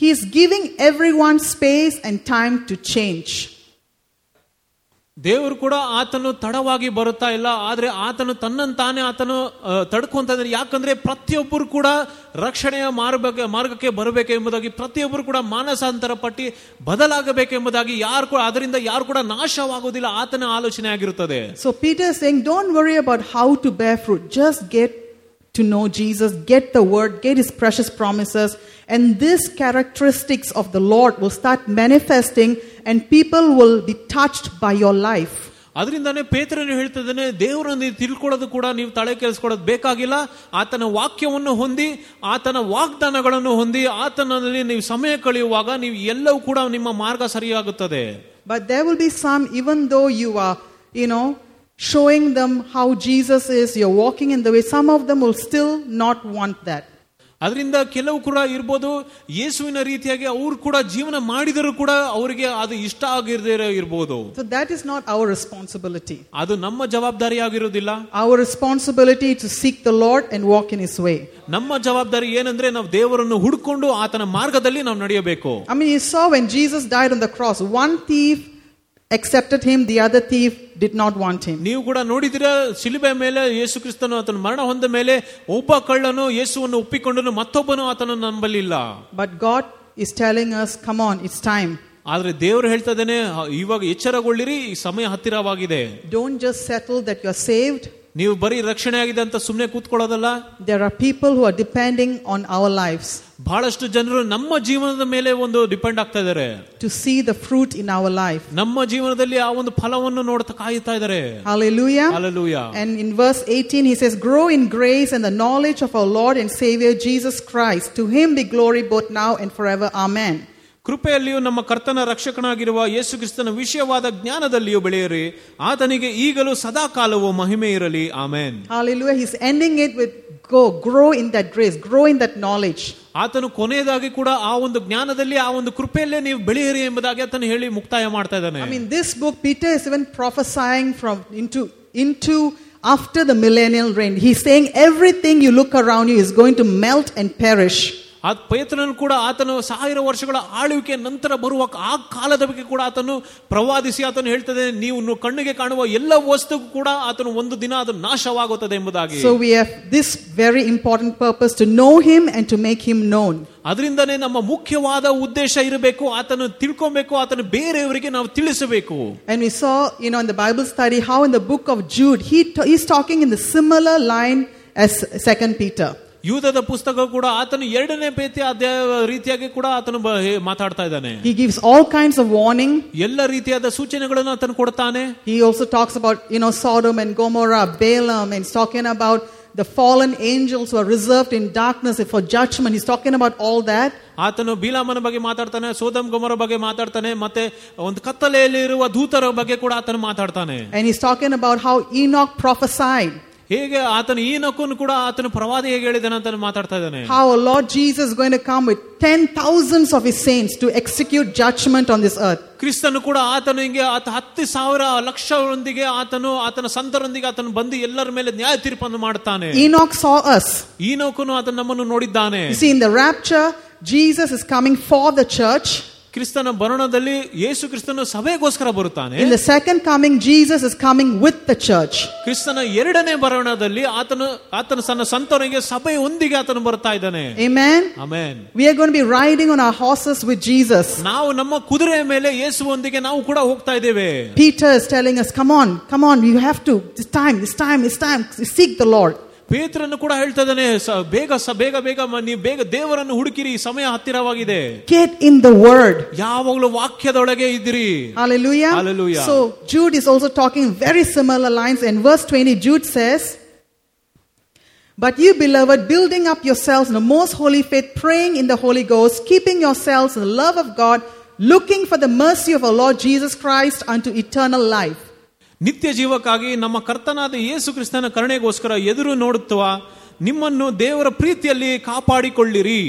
A: He is giving everyone space and time to change.
B: ದೇವರು ಕೂಡ ಆತನು ತಡವಾಗಿ ಬರುತ್ತಾ ಇಲ್ಲ ಆದ್ರೆ ಆತನು ತನ್ನನ್ನು ತಾನೇ ಆತನು ಆ, ತಡ್ಕೊಂತ ಇದ್ದಾನೆ ಯಾಕಂದ್ರೆ ಪ್ರತಿಯೊಬ್ಬರು ಕೂಡ ರಕ್ಷಣೆಯ ಮಾರ್ಗ ಮಾರ್ಗಕ್ಕೆ ಬರಬೇಕು ಎಂಬುದಾಗಿ ಪ್ರತಿಯೊಬ್ಬರು ಕೂಡ ಮಾನಸಾಂತರ ಪಟ್ಟಿ ಬದಲಾಗಬೇಕೆಂಬುದಾಗಿ ಯಾರು ಕೂಡ ಅದರಿಂದ ಯಾರು ಕೂಡ ನಾಶವಾಗುವುದಿಲ್ಲ ಆತನ ಆಲೋಚನೆ ಆಗಿರುತ್ತದೆ
A: So Peter is saying, Don't worry about how to bear fruit. Just get to know Jesus, get the word, get his precious promises, and these characteristics of the Lord will start manifesting, and people will be touched by your life.
B: ಅದರಿಂದಾನೇ ಪೇತ್ರನು ಹೇಳ್ತಿದ್ದಾನೆ ದೇವರನ್ನು ನೀವು ತಿಳ್ಕೊಳ್ಳೋದು ಕೂಡ ನೀವು ತಲೆ ಕೆಲ್ಸ್ಕೊಳ್ಳೋದು ಬೇಕಾಗಿಲ್ಲ ಆತನ ವಾಕ್ಯವನ್ನು ಹೊಂದಿ ಆತನ ವಾಗ್ದಾನಗಳನ್ನು ಹೊಂದಿ ಆತನಲ್ಲಿ ನೀವು ಸಮಯ ಕಳೆಯುವಾಗ ನೀವು ಎಲ್ಲವೂ ಕೂಡ ನಿಮ್ಮ ಮಾರ್ಗ ಸರಿಯಾಗುತ್ತದೆ
A: But there will be some, even though you are, you know, showing them how Jesus is, you're walking in the way, some of them will still not want that.
B: ಅದರಿಂದ ಕೆಲವು ಕೂಡ ಇರ್ಬೋದು ಯೇಸುವಿನ ರೀತಿಯಾಗಿ ಅವ್ರು ಕೂಡ ಜೀವನ ಮಾಡಿದರೂ ಕೂಡ ಅವರಿಗೆ ಅದು ಇಷ್ಟ ಆಗಿರದೇ ಇರ್ಬೋದು
A: So that is not our responsibility.
B: ಅದು ನಮ್ಮ ಜವಾಬ್ದಾರಿ ಆಗಿರೋದಿಲ್ಲ
A: Our responsibility to seek the Lord and walk in His way.
B: ನಮ್ಮ ಜವಾಬ್ದಾರಿ ಏನಂದ್ರೆ ನಾವು ದೇವರನ್ನು ಹುಡ್ಕೊಂಡು ಆತನ ಮಾರ್ಗದಲ್ಲಿ ನಾವು ನಡೆಯಬೇಕು
A: I mean, you saw when Jesus died on the cross, one thief accepted Him, the other thief did not want Him.
B: ನೀವು ಕೂಡ ನೋಡಿದಿರ ಶಿಲುಬೆ ಮೇಲೆ ಯೇಸು ಕ್ರಿಸ್ತನು ಆತನ ಮರಣ ಹೊಂದ ಮೇಲೆ ಒಬ್ಬ ಕಳ್ಳನು ಯೇಸುವನ್ನು ಒಪ್ಪಿಕೊಂಡನು ಮತ್ತೊಬ್ಬನು ಆತನ ನಂಬಲಿಲ್ಲ
A: But God is telling us, come on, it's time.
B: ಆದ್ರೆ ದೇವರು ಹೇಳ್ತದೇನೆ ಇವಾಗ ಎಚ್ಚರಗೊಳ್ಳಿರಿ ಈ ಸಮಯ ಹತ್ತಿರವಾಗಿದೆ
A: Don't just settle that you're saved,
B: ನೀವು ಬರೀ ರಕ್ಷಣೆ ಆಗಿದೆ ಅಂತ ಸುಮ್ಮನೆ ಕೂತ್ಕೊಳ್ಳೋದಲ್ಲ
A: There are people who are depending on our lives
B: ಬಹಳಷ್ಟು ಜನರು ನಮ್ಮ ಜೀವನದ ಮೇಲೆ ಒಂದು ಡಿಪೆಂಡ್ ಆಗ್ತಾ ಇದ್ದಾರೆ
A: to see the fruit in our life.
B: ನಮ್ಮ ಜೀವನದಲ್ಲಿ ಆ ಒಂದು ಫಲವನ್ನು ನೋಡ್ತಾ ಕಾಯುತ್ತಾ ಇದ್ದಾರೆ
A: Hallelujah.
B: Hallelujah
A: And in verse 18, he says, Grow in grace and the knowledge of our Lord and Savior Jesus Christ. To him be glory both now and forever. Amen.
B: ಕೃಪೆಯಲ್ಲಿಯೂ ನಮ್ಮ ಕರ್ತನ ರಕ್ಷಕನಾಗಿರುವ ಯೇಸು ಕ್ರಿಸ್ತನ ವಿಷಯವಾದ ಜ್ಞಾನದಲ್ಲಿಯೂ ಬೆಳೆಯಿರಿ ಆತನಿಗೆ ಈಗಲೂ ಸದಾ ಕಾಲವೂ ಮಹಿಮೆ ಇರಲಿ ಆಮೇನ್
A: Hallelujah. He's ending it with go, grow in that grace, grow in that knowledge.
B: ಆತನು ಕೊನೆಯದಾಗಿ ಕೂಡ ಆ ಒಂದು ಜ್ಞಾನದಲ್ಲಿ ಆ ಒಂದು ಕೃಪೆಯಲ್ಲೇ ನೀವು ಬೆಳೆಯಿರಿ ಎಂಬುದಾಗಿ ಆತನು ಹೇಳಿ ಮುಕ್ತಾಯ ಮಾಡ್ತಾ ಇದ್ದಾನೆ
A: I mean, this book, Peter is even prophesying from into into after the millennial reign. He's saying everything you look around you is going to melt and perish.
B: ಆ ಪೇತ್ರನು ಕೂಡ ಆತನು ಸಾವಿರ ವರ್ಷಗಳ ಆಳ್ವಿಕೆ ನಂತರ ಬರುವ ಆ ಕಾಲದ ಬಗ್ಗೆ ಕೂಡ ಆತನು ಪ್ರವಾದಿಸಿ ಆತನು ಹೇಳ್ತದೆ ನೀವು ನು- ಕಣ್ಣಿಗೆ ಕಾಣುವ ಎಲ್ಲ ವಸ್ತು ಕೂಡ ಆತನು ಒಂದು ದಿನ ಅದು ನಾಶವಾಗುತ್ತದೆ ಎಂಬುದಾಗಿ
A: So we have this very important purpose to know him and to make him known.
B: ಅದರಿಂದನೇ ನಮ್ಮ ಮುಖ್ಯವಾದ ಉದ್ದೇಶ ಇರಬೇಕು ಆತನು ತಿಳ್ಕೊಬೇಕು ಆತನು ಬೇರೆಯವರಿಗೆ ನಾವು ತಿಳಿಸಬೇಕು
A: And we saw, you know, in the Bible study how in the book of Jude he t- he's talking in the similar line as Second Peter.
B: ಯೂದದ ಪುಸ್ತಕ ಕೂಡ ಆತನು ಎರಡನೇ ಪೇತಿ ಅಧ್ಯಾಯ ರೀತಿಯಾಗಿ ಕೂಡ ಆತನು ಬ- ಹೇ- ಮಾತಾಡ್ತಾ ಇದ್ದಾನೆ
A: He gives all kinds of warning.
B: ಎಲ್ಲ ರೀತಿಯಾದ ಸೂಚನೆಗಳನ್ನು ಆತನು ಕೊಡ್ತಾನೆ
A: He also talks about, you know, Sodom and Gomorrah, Balaam, and he's talking about the fallen angels who are reserved in darkness for judgment. He's talking about all that.
B: ಆತನು ಬೀಲಾಮನ ಬಗ್ಗೆ ಮಾತಾಡ್ತಾನೆ ಸೋದಮ್ ಗೊಮರ ಬಗ್ಗೆ ಮಾತಾಡ್ತಾನೆ ಮತ್ತೆ ಒಂದು ಕತ್ತಲೆಯಲ್ಲಿ ಇರುವ ದೂತರ ಬಗ್ಗೆ ಕೂಡ ಆತನು ಮಾತಾಡ್ತಾನೆ
A: And he's talking about how Enoch prophesied,
B: ಹೇಗೆ ಆತನು ಈ ನಕ್ಕೂ ಕೂಡ ಆತನು ಪ್ರವಾದಿ ಹೇಗೆ ಹೇಳಿದಾನೆ ಅಂತ ಮಾತಾಡ್ತಾ ಇದ್ದಾನೆ
A: how our Lord Jesus is going to come with ten thousands of his saints to execute judgment on this earth.
B: ಕ್ರಿಸ್ತನು ಕೂಡ ಆತನಿಗೆ ಆತ ಹತ್ತು ಸಾವಿರ ಲಕ್ಷರೊಂದಿಗೆ ಆತನು ಆತನ ಸಂತರೊಂದಿಗೆ ಆತನು ಬಂದು ಎಲ್ಲರ ಮೇಲೆ ನ್ಯಾಯ ತೀರ್ಪನ್ನು ಮಾಡ್ತಾನೆ
A: Enoch saw us.
B: ಈ ನಕ್ಕೂ ಆತನು ನಮ್ಮನ್ನು ನೋಡಿದ್ದಾನೆ
A: You see, in the rapture, Jesus is coming for the church.
B: ಕ್ರಿಸ್ತನ ಭರಣದಲ್ಲಿ ಯೇಸು ಕ್ರಿಸ್ತನು ಸಭೆಗೋಸ್ಕರ ಬರುತ್ತಾನೆ
A: In the second coming, Jesus is coming with the church.
B: ಕ್ರಿಸ್ತನ ಎರಡನೇ ಭರಣದಲ್ಲಿ ಆತನು ಆತನ ಸಣ್ಣ ಸಂತರಿಗೆ ಸಭೆಯೊಂದಿಗೆ ಆತನು ಬರ್ತಾ ಇದ್ದಾನೆ
A: Amen.
B: Amen
A: We are going to be riding on our horses with Jesus.
B: ನಾವು ನಮ್ಮ ಕುದುರೆಯ ಮೇಲೆ ಯೇಸುವೊಂದಿಗೆ ನಾವು ಕೂಡ ಹೋಗ್ತಾ ಇದ್ದೇವೆ
A: Peter is telling us, come on, come on, you have to. This time, this time, this time, seek the Lord.
B: ಪೇತ್ರನು ಕೂಡ ಹೇಳ್ತಾ ಇದ್ದಾನೆ ಸ- ಬೇಗ ಸ- ಬೇಗ ಬೇಗ ಮ- ನೀವು ಬೇಗ ದೇವರನ್ನು ಹುಡುಕಿರಿ ಈ ಸಮಯ ಹತ್ತಿರವಾಗಿದೆ
A: Get in the word.
B: ಯಾವಾಗಲೂ ವಾಕ್ಯದೊಳಗೆ ಇದ್ದೀರಿ
A: Hallelujah.
B: Hallelujah.
A: So Jude is also talking very similar lines. In verse 20, Jude says, But you, beloved, building up yourselves in the most holy faith, praying in the Holy Ghost, keeping yourselves in the love of God, looking for the mercy of our Lord Jesus Christ unto eternal life.
B: ನಿತ್ಯ ಜೀವಕ್ಕಾಗಿ ನಮ್ಮ ಕರ್ತನಾದ ಯೇಸು ಕ್ರಿಸ್ತನ ಕರುಣೆಗೋಸ್ಕರ ಎದುರು ನೋಡುತ್ತಾ ನಿಮ್ಮನ್ನು ದೇವರ ಪ್ರೀತಿಯಲ್ಲಿ ಕಾಪಾಡಿಕೊಳ್ಳಿರಿ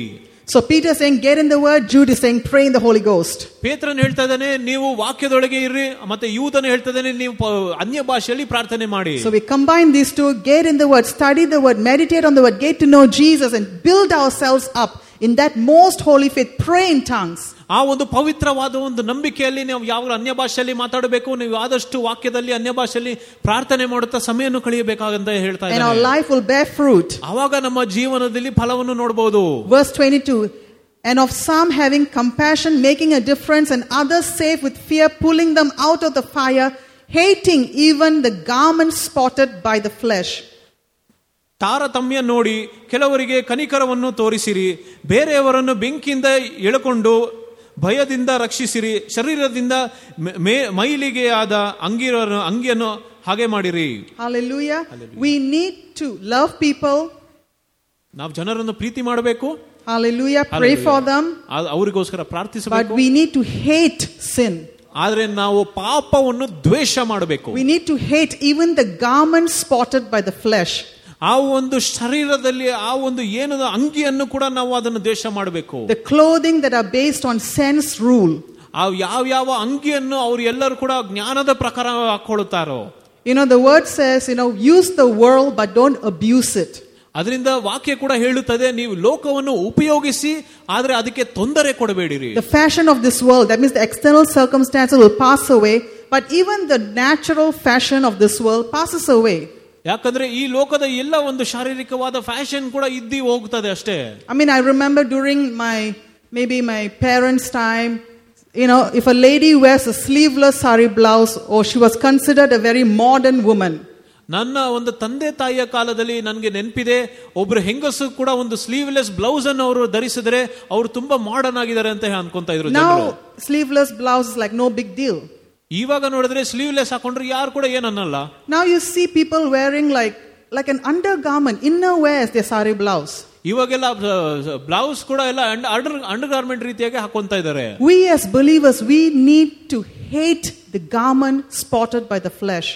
A: So Peter is saying, Get in the word. Jude is saying, Pray in the Holy Ghost.
B: ಪೇತ್ರನ್ ಹೇಳ್ತಾ ಇದ್ದಾನೆ ನೀವು ವಾಕ್ಯದೊಳಗೆ ಇರ್ರಿ ಮತ್ತೆ ಯೂದನು ಹೇಳ್ತಾ ಇದ್ದಾನೆ ನೀವು ಪ- ಅನ್ಯ ಭಾಷೆಯಲ್ಲಿ ಪ್ರಾರ್ಥನೆ ಮಾಡಿ
A: So we combine these two get in the Word, study the Word, meditate on the Word, get to know Jesus, and build ourselves up in that most holy faith. Pray in tongues.
B: ಆ ಒಂದು ಪವಿತ್ರವಾದ ಒಂದು ನಂಬಿಕೆಯಲ್ಲಿ ನಾವು ಯಾವಾಗಲೂ ಅನ್ಯ ಭಾಷೆಯಲ್ಲಿ ಮಾತಾಡಬೇಕು ನೀವು ಆದಷ್ಟು ವಾಕ್ಯದಲ್ಲಿ ಅನ್ಯ ಭಾಷೆಯಲ್ಲಿ ಪ್ರಾರ್ಥನೆ ಮಾಡುತ್ತಾ ಸಮಯವನ್ನು ಕಳೆಯಬೇಕಾಗಂತ ಹೇಳ್ತಾ
A: and our
B: ಇದ್ದಾರೆ
A: life will bear fruit.
B: ಆವಾಗ ನಮ್ಮ ಜೀವನದಲ್ಲಿ ಫಲವನ್ನು ನೋಡಬಹುದು
A: Verse 22 And of some having compassion, making a difference, and others safe with fear, pulling them out of the fire, hating even the garment spotted by the flesh.
B: ತಾರತಮ್ಯ ನೋಡಿ ಕೆಲವರಿಗೆ ಕನಿಕರವನ್ನು ತೋರಿಸಿರಿ ಬೇರೆಯವರನ್ನು ಬೆಂಕಿಯಿಂದ ಎಳಕೊಂಡು ಭಯದಿಂದ ರಕ್ಷಿಸಿರಿ ಶರೀರದಿಂದ ಮೆ- ಮೇ- ಮೈಲಿಗೆ ಆದ ಅಂಗಿರ ಅಂಗಿಯನ್ನು ಹಾಗೆ ಮಾಡಿರಿ
A: Hallelujah. We need to love people.
B: ನಾವು ಜನರನ್ನು ಪ್ರೀತಿ ಮಾಡಬೇಕು
A: Hallelujah. Pray for them.
B: ಆ- ಅವರಿಗೋಸ್ಕರ
A: But
B: ಪ್ರಾರ್ಥಿಸಬೇಕು
A: we need to hate sin.
B: ಆದ್ರೆ ನಾವು ಪಾಪವನ್ನು ದ್ವೇಷ ಮಾಡಬೇಕು
A: We need to hate even the garment spotted by the flesh.
B: ಆ ಒಂದು ಶರೀರದಲ್ಲಿ ಆ ಒಂದು ಏನದ ಅಂಗಿಯನ್ನು ಕೂಡ ನಾವು ಅದನ್ನು ದ್ವೇಷ ಮಾಡಬೇಕು
A: The clothing that are based on sense rule.
B: ಆ ಯಾವ ಯಾವ ಅಂಗಿಯನ್ನು ಅವ್ರು ಎಲ್ಲರೂ ಕೂಡ ಜ್ಞಾನದ ಪ್ರಕಾರ ಹಾಕೊಳ್ಳುತ್ತಾರೋ
A: You know, the word says, you know, use the world but don't abuse it.
B: ಅದರಿಂದ ವಾಕ್ಯ ಕೂಡ ಹೇಳುತ್ತದೆ ನೀವು ಲೋಕವನ್ನು ಉಪಯೋಗಿಸಿ ಆದ್ರೆ ಅದಕ್ಕೆ ತೊಂದರೆ ಕೊಡಬೇಡಿರಿ
A: The fashion of this world, that means the external circumstances will pass away, but even the natural fashion of this world passes away.
B: ಯಾಕಂದ್ರೆ ಈ ಲೋಕದ ಎಲ್ಲ ಒಂದು ಶಾರೀರಿಕವಾದ ಫ್ಯಾಷನ್ ಕೂಡ ಇದ್ದಿ ಹೋಗ್ತದೆ ಅಷ್ಟೇ
A: I mean, I remember during my, maybe my parents' time, you know, if a lady wears a sleeveless sari blouse, or she was considered a very modern woman.
B: ನನ್ನ ಒಂದು ತಂದೆ ತಾಯಿಯ ಕಾಲದಲ್ಲಿ ನನಗೆ ನೆನಪಿದೆ ಒಬ್ರು ಹೆಂಗಸು ಕೂಡ ಒಂದು ಸ್ಲೀವ್ಲೆಸ್ ಬ್ಲೌಸ್ ಅನ್ನು ಅವರು ಧರಿಸಿದ್ರೆ ಅವರು ತುಂಬಾ ಮಾಡರ್ನ್ ಆಗಿದ್ದಾರೆ ಅಂತ ಅನ್ಕೊಂತ ಇದ್ರು ಜನರು.
A: Now, sleeveless blouse is like no big deal.
B: ಇವಾಗ ನೋಡಿದ್ರೆ ಸ್ಲೀವ್ಲೆಸ್ ಹಾಕೊಂಡ್ರೆ ಯಾರು ಕೂಡ ಏನ್ ಅನ್ನಲ್ಲ
A: Now you see people wearing like like an undergarment, inner wear is their sari blouse.
B: ಇವಾಗೆಲ್ಲ ಬ್ಲೌಸ್ ಕೂಡ ಎಲ್ಲ ಅಂಡರ್ ಅಂಡರ್ ಗಾರ್ಮೆಂಟ್ ರೀತಿಯಾಗಿ ಹಾಕೊಂತ ಇದ್ದಾರೆ
A: We as believers, we need to hate the garment spotted by the flesh.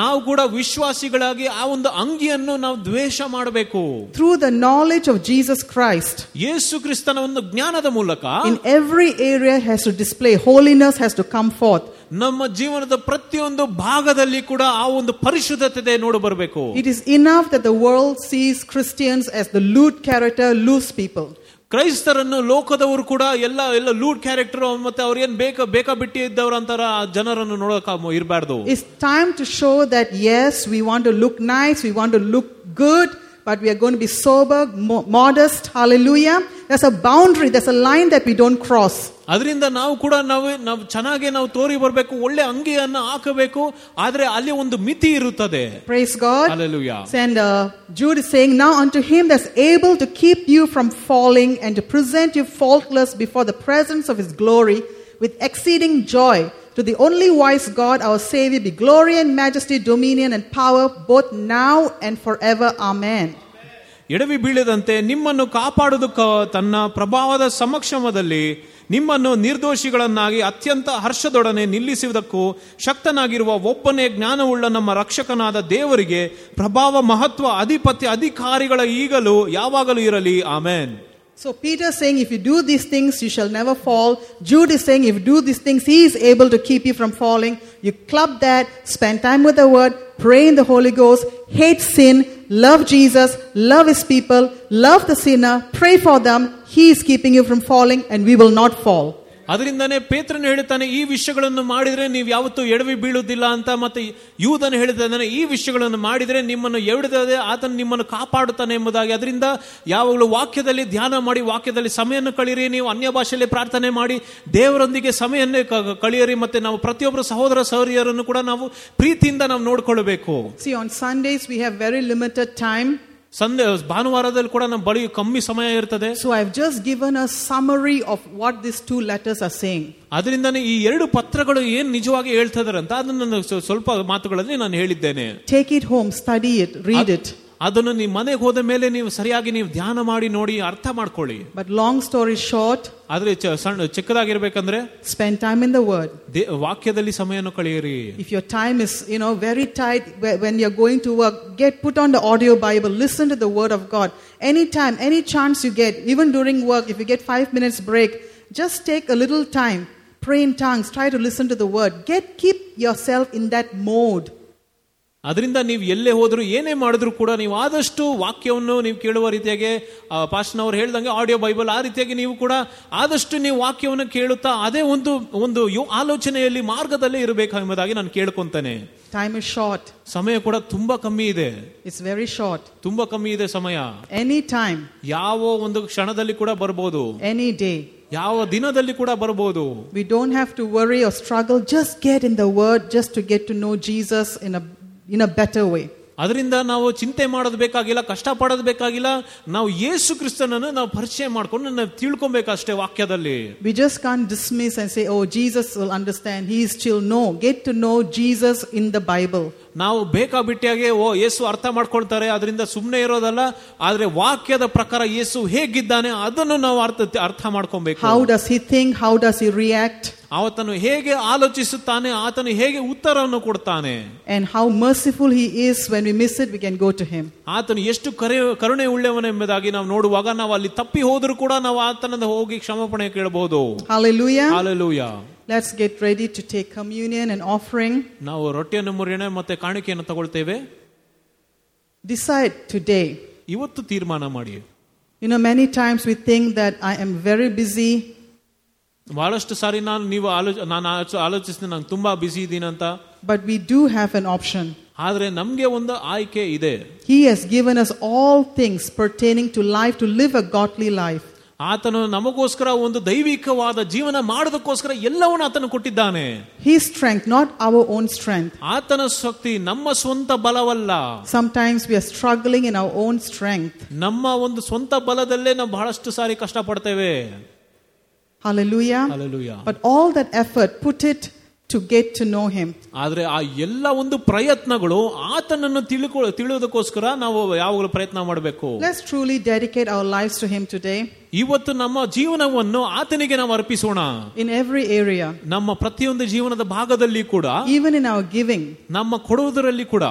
B: ನಾವು ಕೂಡ ವಿಶ್ವಾಸಿಗಳಾಗಿ ಆ ಒಂದು ಅಂಗಿಯನ್ನು ನಾವು ದ್ವೇಷ ಮಾಡಬೇಕು
A: Through the knowledge of Jesus Christ,
B: ಯೇಸು ಕ್ರಿಸ್ತನ ಒಂದು ಜ್ಞಾನದ ಮೂಲಕ
A: in every area has to display holiness has to come forth.
B: ನಮ್ಮ ಜೀವನದ ಪ್ರತಿಯೊಂದು ಭಾಗದಲ್ಲಿ ಕೂಡ ಆ ಒಂದು ಪರಿಶುದ್ಧತೆ ನೋಡು ಬರಬೇಕು
A: It is enough that the world sees Christians as the lewd character, loose people.
B: ಕ್ರೈಸ್ತರನ್ನು ಲೋಕದವರು ಕೂಡ ಎಲ್ಲ ಎಲ್ಲ ಲೂಡ್ ಕ್ಯಾರೆಕ್ಟರ್ ಮತ್ತೆ ಅವ್ರು ಏನ್ ಬೇಕ ಬೇಕಾ ಬಿಟ್ಟಿ ಇದ್ದವ್ರ ಅಂತಾರ ಆ ಜನರನ್ನು ನೋಡಕ ಇರಬಾರ್ದು
A: It's time to show that yes, we want to look nice, we want to look good, but we are going to be sober, mo- modest. Hallelujah. There's a boundary, there's a line that we don't cross.
B: ಅದರಿಂದ ನಾವು ಕೂಡ ನಾವೇ ನಾವು ಚೆನ್ನಾಗಿ ನಾವು ತೋರಿ ಬರಬೇಕು ಒಳ್ಳೆ ಅಂಗಿಯನ್ನು ಹಾಕಬೇಕು ಆದ್ರೆ ಅಲ್ಲಿ ಒಂದು ಮಿತಿ ಇರುತ್ತದೆ
A: Praise God.
B: Alleluia
A: And uh, Jude is saying, Now unto him that's able to keep you from falling and to present you faultless before the presence of his glory with exceeding joy. To the only wise God, our Savior, be glory and majesty, dominion and power, both now and forever. Amen.
B: ಎಡವಿ ಬೀಳದಂತೆ ನಿಮ್ಮನ್ನು ಕಾಪಾಡುವುದು ಕ- ತನ್ನ ಪ್ರಭಾವದ ಸಮಕ್ಷಮದಲ್ಲಿ ನಿಮ್ಮನ್ನು ನಿರ್ದೋಷಿಗಳನ್ನಾಗಿ ಅತ್ಯಂತ ಹರ್ಷದೊಡನೆ ನಿಲ್ಲಿಸುವುದಕ್ಕೂ ಶಕ್ತನಾಗಿರುವ ಒಬ್ಬನೇ ಜ್ಞಾನವುಳ್ಳ ನಮ್ಮ ರಕ್ಷಕನಾದ ದೇವರಿಗೆ ಪ್ರಭಾವ ಮಹತ್ವ ಅಧಿಪತ್ಯ ಅಧಿಕಾರಿಗಳ ಈಗಲೂ ಯಾವಾಗಲೂ ಇರಲಿ ಆಮೇನ್
A: So Peter is saying, if you do these things, you shall never fall. Jude is saying, if you do these things, he is able to keep you from falling. You club that, spend time with the word, pray in the Holy Ghost, hate sin, love Jesus, love his people, love the sinner, pray for them. He is keeping you from falling and we will not fall.
B: ಅದರಿಂದನೇ ಪೇತ್ರನು ಹೇಳ್ತಾನೆ ಈ ವಿಷಯಗಳನ್ನು ಮಾಡಿದ್ರೆ ನೀವು ಯಾವತ್ತೂ ಎಡವಿ ಬೀಳುವುದಿಲ್ಲ ಅಂತ ಮತ್ತೆ ಯೂದನು ಹೇಳ್ತಾನೆ ಈ ವಿಷಯಗಳನ್ನು ಮಾಡಿದ್ರೆ ನಿಮ್ಮನ್ನು ಎಡದದೆ ಆತನು ನಿಮ್ಮನ್ನು ಕಾಪಾಡುತ್ತಾನೆ ಎಂಬುದಾಗಿ ಅದರಿಂದ ಯಾವಾಗಲೂ ವಾಕ್ಯದಲ್ಲಿ ಧ್ಯಾನ ಮಾಡಿ ವಾಕ್ಯದಲ್ಲಿ ಸಮಯವನ್ನು ಕಳೀರಿ ನೀವು ಅನ್ಯ ಭಾಷೆಯಲ್ಲಿ ಪ್ರಾರ್ಥನೆ ಮಾಡಿ ದೇವರೊಂದಿಗೆ ಸಮಯನ್ನೇ ಕ- ಕಳೆಯಿರಿ ಮತ್ತೆ ನಾವು ಪ್ರತಿಯೊಬ್ಬರು ಸಹೋದರ ಸಹೋದರಿಯರನ್ನು ಕೂಡ ನಾವು ಪ್ರೀತಿಯಿಂದ ನಾವು ನೋಡ್ಕೊಳ್ಬೇಕು
A: See, on Sundays, we have very limited time.
B: ಸಂದೇ ಭಾನುವಾರದಲ್ಲಿ ಕೂಡ ನಮ್ಮ ಬಳಿ ಕಮ್ಮಿ ಸಮಯ ಇರ್ತದೆ
A: So I've just given a summary of what these two letters are saying.
B: ಅದರಿಂದನೇ ಈ ಎರಡು ಪತ್ರಗಳು ಏನ್ ನಿಜವಾಗಿ ಹೇಳ್ತಾ ಇದಾರೆ ಅಂತ ಅದನ್ನು ನಾನು ಸ್ವ- ಸ್ವಲ್ಪ ಮಾತುಗಳಲ್ಲಿ ನಾನು ಹೇಳಿದ್ದೇನೆ
A: Take it home, study it, read it.
B: ಅದನ್ನು ನಿಮ್ಮ ಮನೆಗೆ ಹೋದ ಮೇಲೆ ನೀವು ಸರಿಯಾಗಿ ನೀವು ಧ್ಯಾನ ಮಾಡಿ ನೋಡಿ ಅರ್ಥ ಮಾಡ್ಕೊಳ್ಳಿ
A: But long story short,
B: ಆದ್ರೆ ಚ- ಸಣ್ಣ ಚಿಕ್ಕದಾಗಿರ್ಬೇಕಂದ್ರೆ
A: spend time in the word.
B: ದೇ- ವಾಕ್ಯದಲ್ಲಿ ಸಮಯವನ್ನು ಕಳೆಯಿರಿ
A: If your time is, you know, very tight whe- when you're going to work, get put on the audio Bible, listen to the Word of God. Anytime, any chance you get, even during work, if you get five minutes break, just take a little time, pray in tongues, try to listen to the Word. Get keep yourself in that mode.
B: ಅದರಿಂದ ನೀವು ಎಲ್ಲೇ ಹೋದ್ರು ಏನೇ ಮಾಡಿದ್ರು ಕೂಡ ನೀವು ಆದಷ್ಟು ವಾಕ್ಯವನ್ನು ನೀವು ಕೇಳುವ ರೀತಿಯಾಗಿ ಆ, ಪಾಸ್ಟರ್ನವ್ರು ಅವರು ಹೇಳ್ದಂಗೆ ಆಡಿಯೋ ಬೈಬಲ್ ಆ ರೀತಿಯಾಗಿ ನೀವು ಕೂಡ ಆದಷ್ಟು ನೀವು ವಾಕ್ಯವನ್ನು ಕೇಳುತ್ತಾ ಅದೇ ಒಂದು ಒಂದು ಯೋ- ಆಲೋಚನೆಯಲ್ಲಿ ಮಾರ್ಗದಲ್ಲೇ ಇರಬೇಕು ಎಂಬುದಾಗಿ ನಾನು ಕೇಳ್ಕೊಂತಾನೆ
A: Time is short.
B: ಸಮಯ ಕೂಡ ತುಂಬಾ ಕಮ್ಮಿ ಇದೆ
A: It's very short.
B: ತುಂಬಾ ಕಮ್ಮಿ ಇದೆ ಸಮಯ
A: Any time,
B: ಯಾವ ಒಂದು ಕ್ಷಣದಲ್ಲಿ ಕೂಡ ಬರ್ಬೋದು
A: any day.
B: ಯಾವ ದಿನದಲ್ಲಿ ಕೂಡ ಬರ್ಬೋದು
A: We don't have to worry or struggle. Just get in the Word, just to get to know Jesus in a in a better way.
B: ಅದರಿಂದ ನಾವು ಚಿಂತೆ ಮಾಡೋದು ಬೇಕಾಗಿಲ್ಲ ಕಷ್ಟ ಪಡೋದು ಬೇಕಾಗಿಲ್ಲ ನಾವು ಯೇಸು ಕ್ರಿಸ್ತನನ್ನು ನಾವು ಪರಿಚಯ ಮಾಡ್ಕೊಂಡು ನಾವು ತಿಳ್ಕೊಬೇಕಷ್ಟೇ ವಾಕ್ಯದಲ್ಲಿ
A: We just can't dismiss and say, oh, Jesus will understand. He is still. No. Get to know Jesus in the Bible.
B: ನಾವು ಬೇಕಾಬಿಟ್ಟಿಯಾಗೆ ಓ ಯೇಸು ಅರ್ಥ ಮಾಡ್ಕೊಳ್ತಾರೆ ಅದರಿಂದ ಸುಮ್ಮನೆ ಇರೋದಲ್ಲ ಆದ್ರೆ ವಾಕ್ಯದ ಪ್ರಕಾರ ಯೇಸು ಹೇಗಿದ್ದಾನೆ ಅದನ್ನು ನಾವು ಅರ್ಥ ಅರ್ಥ ಮಾಡ್ಕೊಬೇಕು
A: How does he think? How does he react?
B: ಆತನು ಹೇಗೆ ಆಲೋಚಿಸುತ್ತಾನೆ ಆತನು ಹೇಗೆ ಉತ್ತರವನ್ನು ಕೊಡ್ತಾನೆ
A: And how merciful he is. When we miss it, we can go to him.
B: ಆತನು ಎಷ್ಟು ಕರೆ ಕರುಣೆ ಉಳ್ಳವನೆಂಬುದಾಗಿ ನಾವು ನೋಡುವಾಗ ನಾವು ಅಲ್ಲಿ ತಪ್ಪಿ ಹೋದ್ರೂ ಕೂಡ ನಾವು ಆತನದ ಹೋಗಿ ಕ್ಷಮಾಪಣೆ ಕೇಳಬಹುದು
A: Hallelujah.
B: Hallelujah
A: Let's get ready to take communion and offering.
B: ನಾವು ರೊಟ್ಟಿಯನ್ನು ಮುರಿಯೋಣ ಮತ್ತೆ ಕಾಣಿಕೆಯನ್ನು ತಗೊಳ್ತೇವೆ
A: Decide today.
B: ಇವತ್ತು ತೀರ್ಮಾನ ಮಾಡಿ
A: You know, many times we think that I am very busy.
B: ಬಹಳಷ್ಟು ಸಾರಿ ನಾನು ನೀವು ಆಲೋಚ ನಾನು ಆಲೋಚ- ಆಲೋಚಿಸ್ತೀನಿ ನಾನು ತುಂಬಾ ಬಿಸಿ ಇದ್ದೀನಿ ಅಂತ
A: But we do have an option.
B: ಆದ್ರೆ ನಮ್ಗೆ ಒಂದು ಆಯ್ಕೆ ಇದೆ
A: He has given us all things pertaining to life to live a godly life.
B: ಆತನು ನಮಗೋಸ್ಕರ ಒಂದು ದೈವಿಕವಾದ ಜೀವನ ಮಾಡೋದಕ್ಕೋಸ್ಕರ ಎಲ್ಲವನ್ನು ಆತನು ಕೊಟ್ಟಿದ್ದಾನೆ
A: His strength, not our own strength.
B: ಆತನ ಶಕ್ತಿ ನಮ್ಮ ಸ್ವಂತ ಬಲವಲ್ಲ
A: Sometimes we are struggling in our own strength.
B: ನಮ್ಮ ಒಂದು ಸ್ವಂತ ಬಲದಲ್ಲೇ ನಾವು ಬಹಳಷ್ಟು ಸಾರಿ ಕಷ್ಟ ಪಡ್ತೇವೆ
A: Hallelujah.
B: Hallelujah.
A: But all that effort, put it to get to know Him.
B: ಆದ್ರೆ ಆ ಎಲ್ಲ ಒಂದು ಪ್ರಯತ್ನಗಳು ಆತನನ್ನು ತಿಳ್ಕೊ ತಿಳಿಯೋದಕ್ಕೋಸ್ಕರ ನಾವು ಯಾವಾಗಲೂ ಪ್ರಯತ್ನ ಮಾಡಬೇಕು
A: Let's truly dedicate our lives to Him today
B: ಇವತ್ತು ನಮ್ಮ ಜೀವನವನ್ನು ಆತನಿಗೆ ನಾವು ಅರ್ಪಿಸೋಣ
A: in every area,
B: ನಮ್ಮ ಪ್ರತಿಯೊಂದು ಜೀವನದ ಭಾಗದಲ್ಲಿ ಕೂಡ
A: even in our giving.
B: ನಮ್ಮ ಕೊಡುವುದರಲ್ಲಿ ಕೂಡ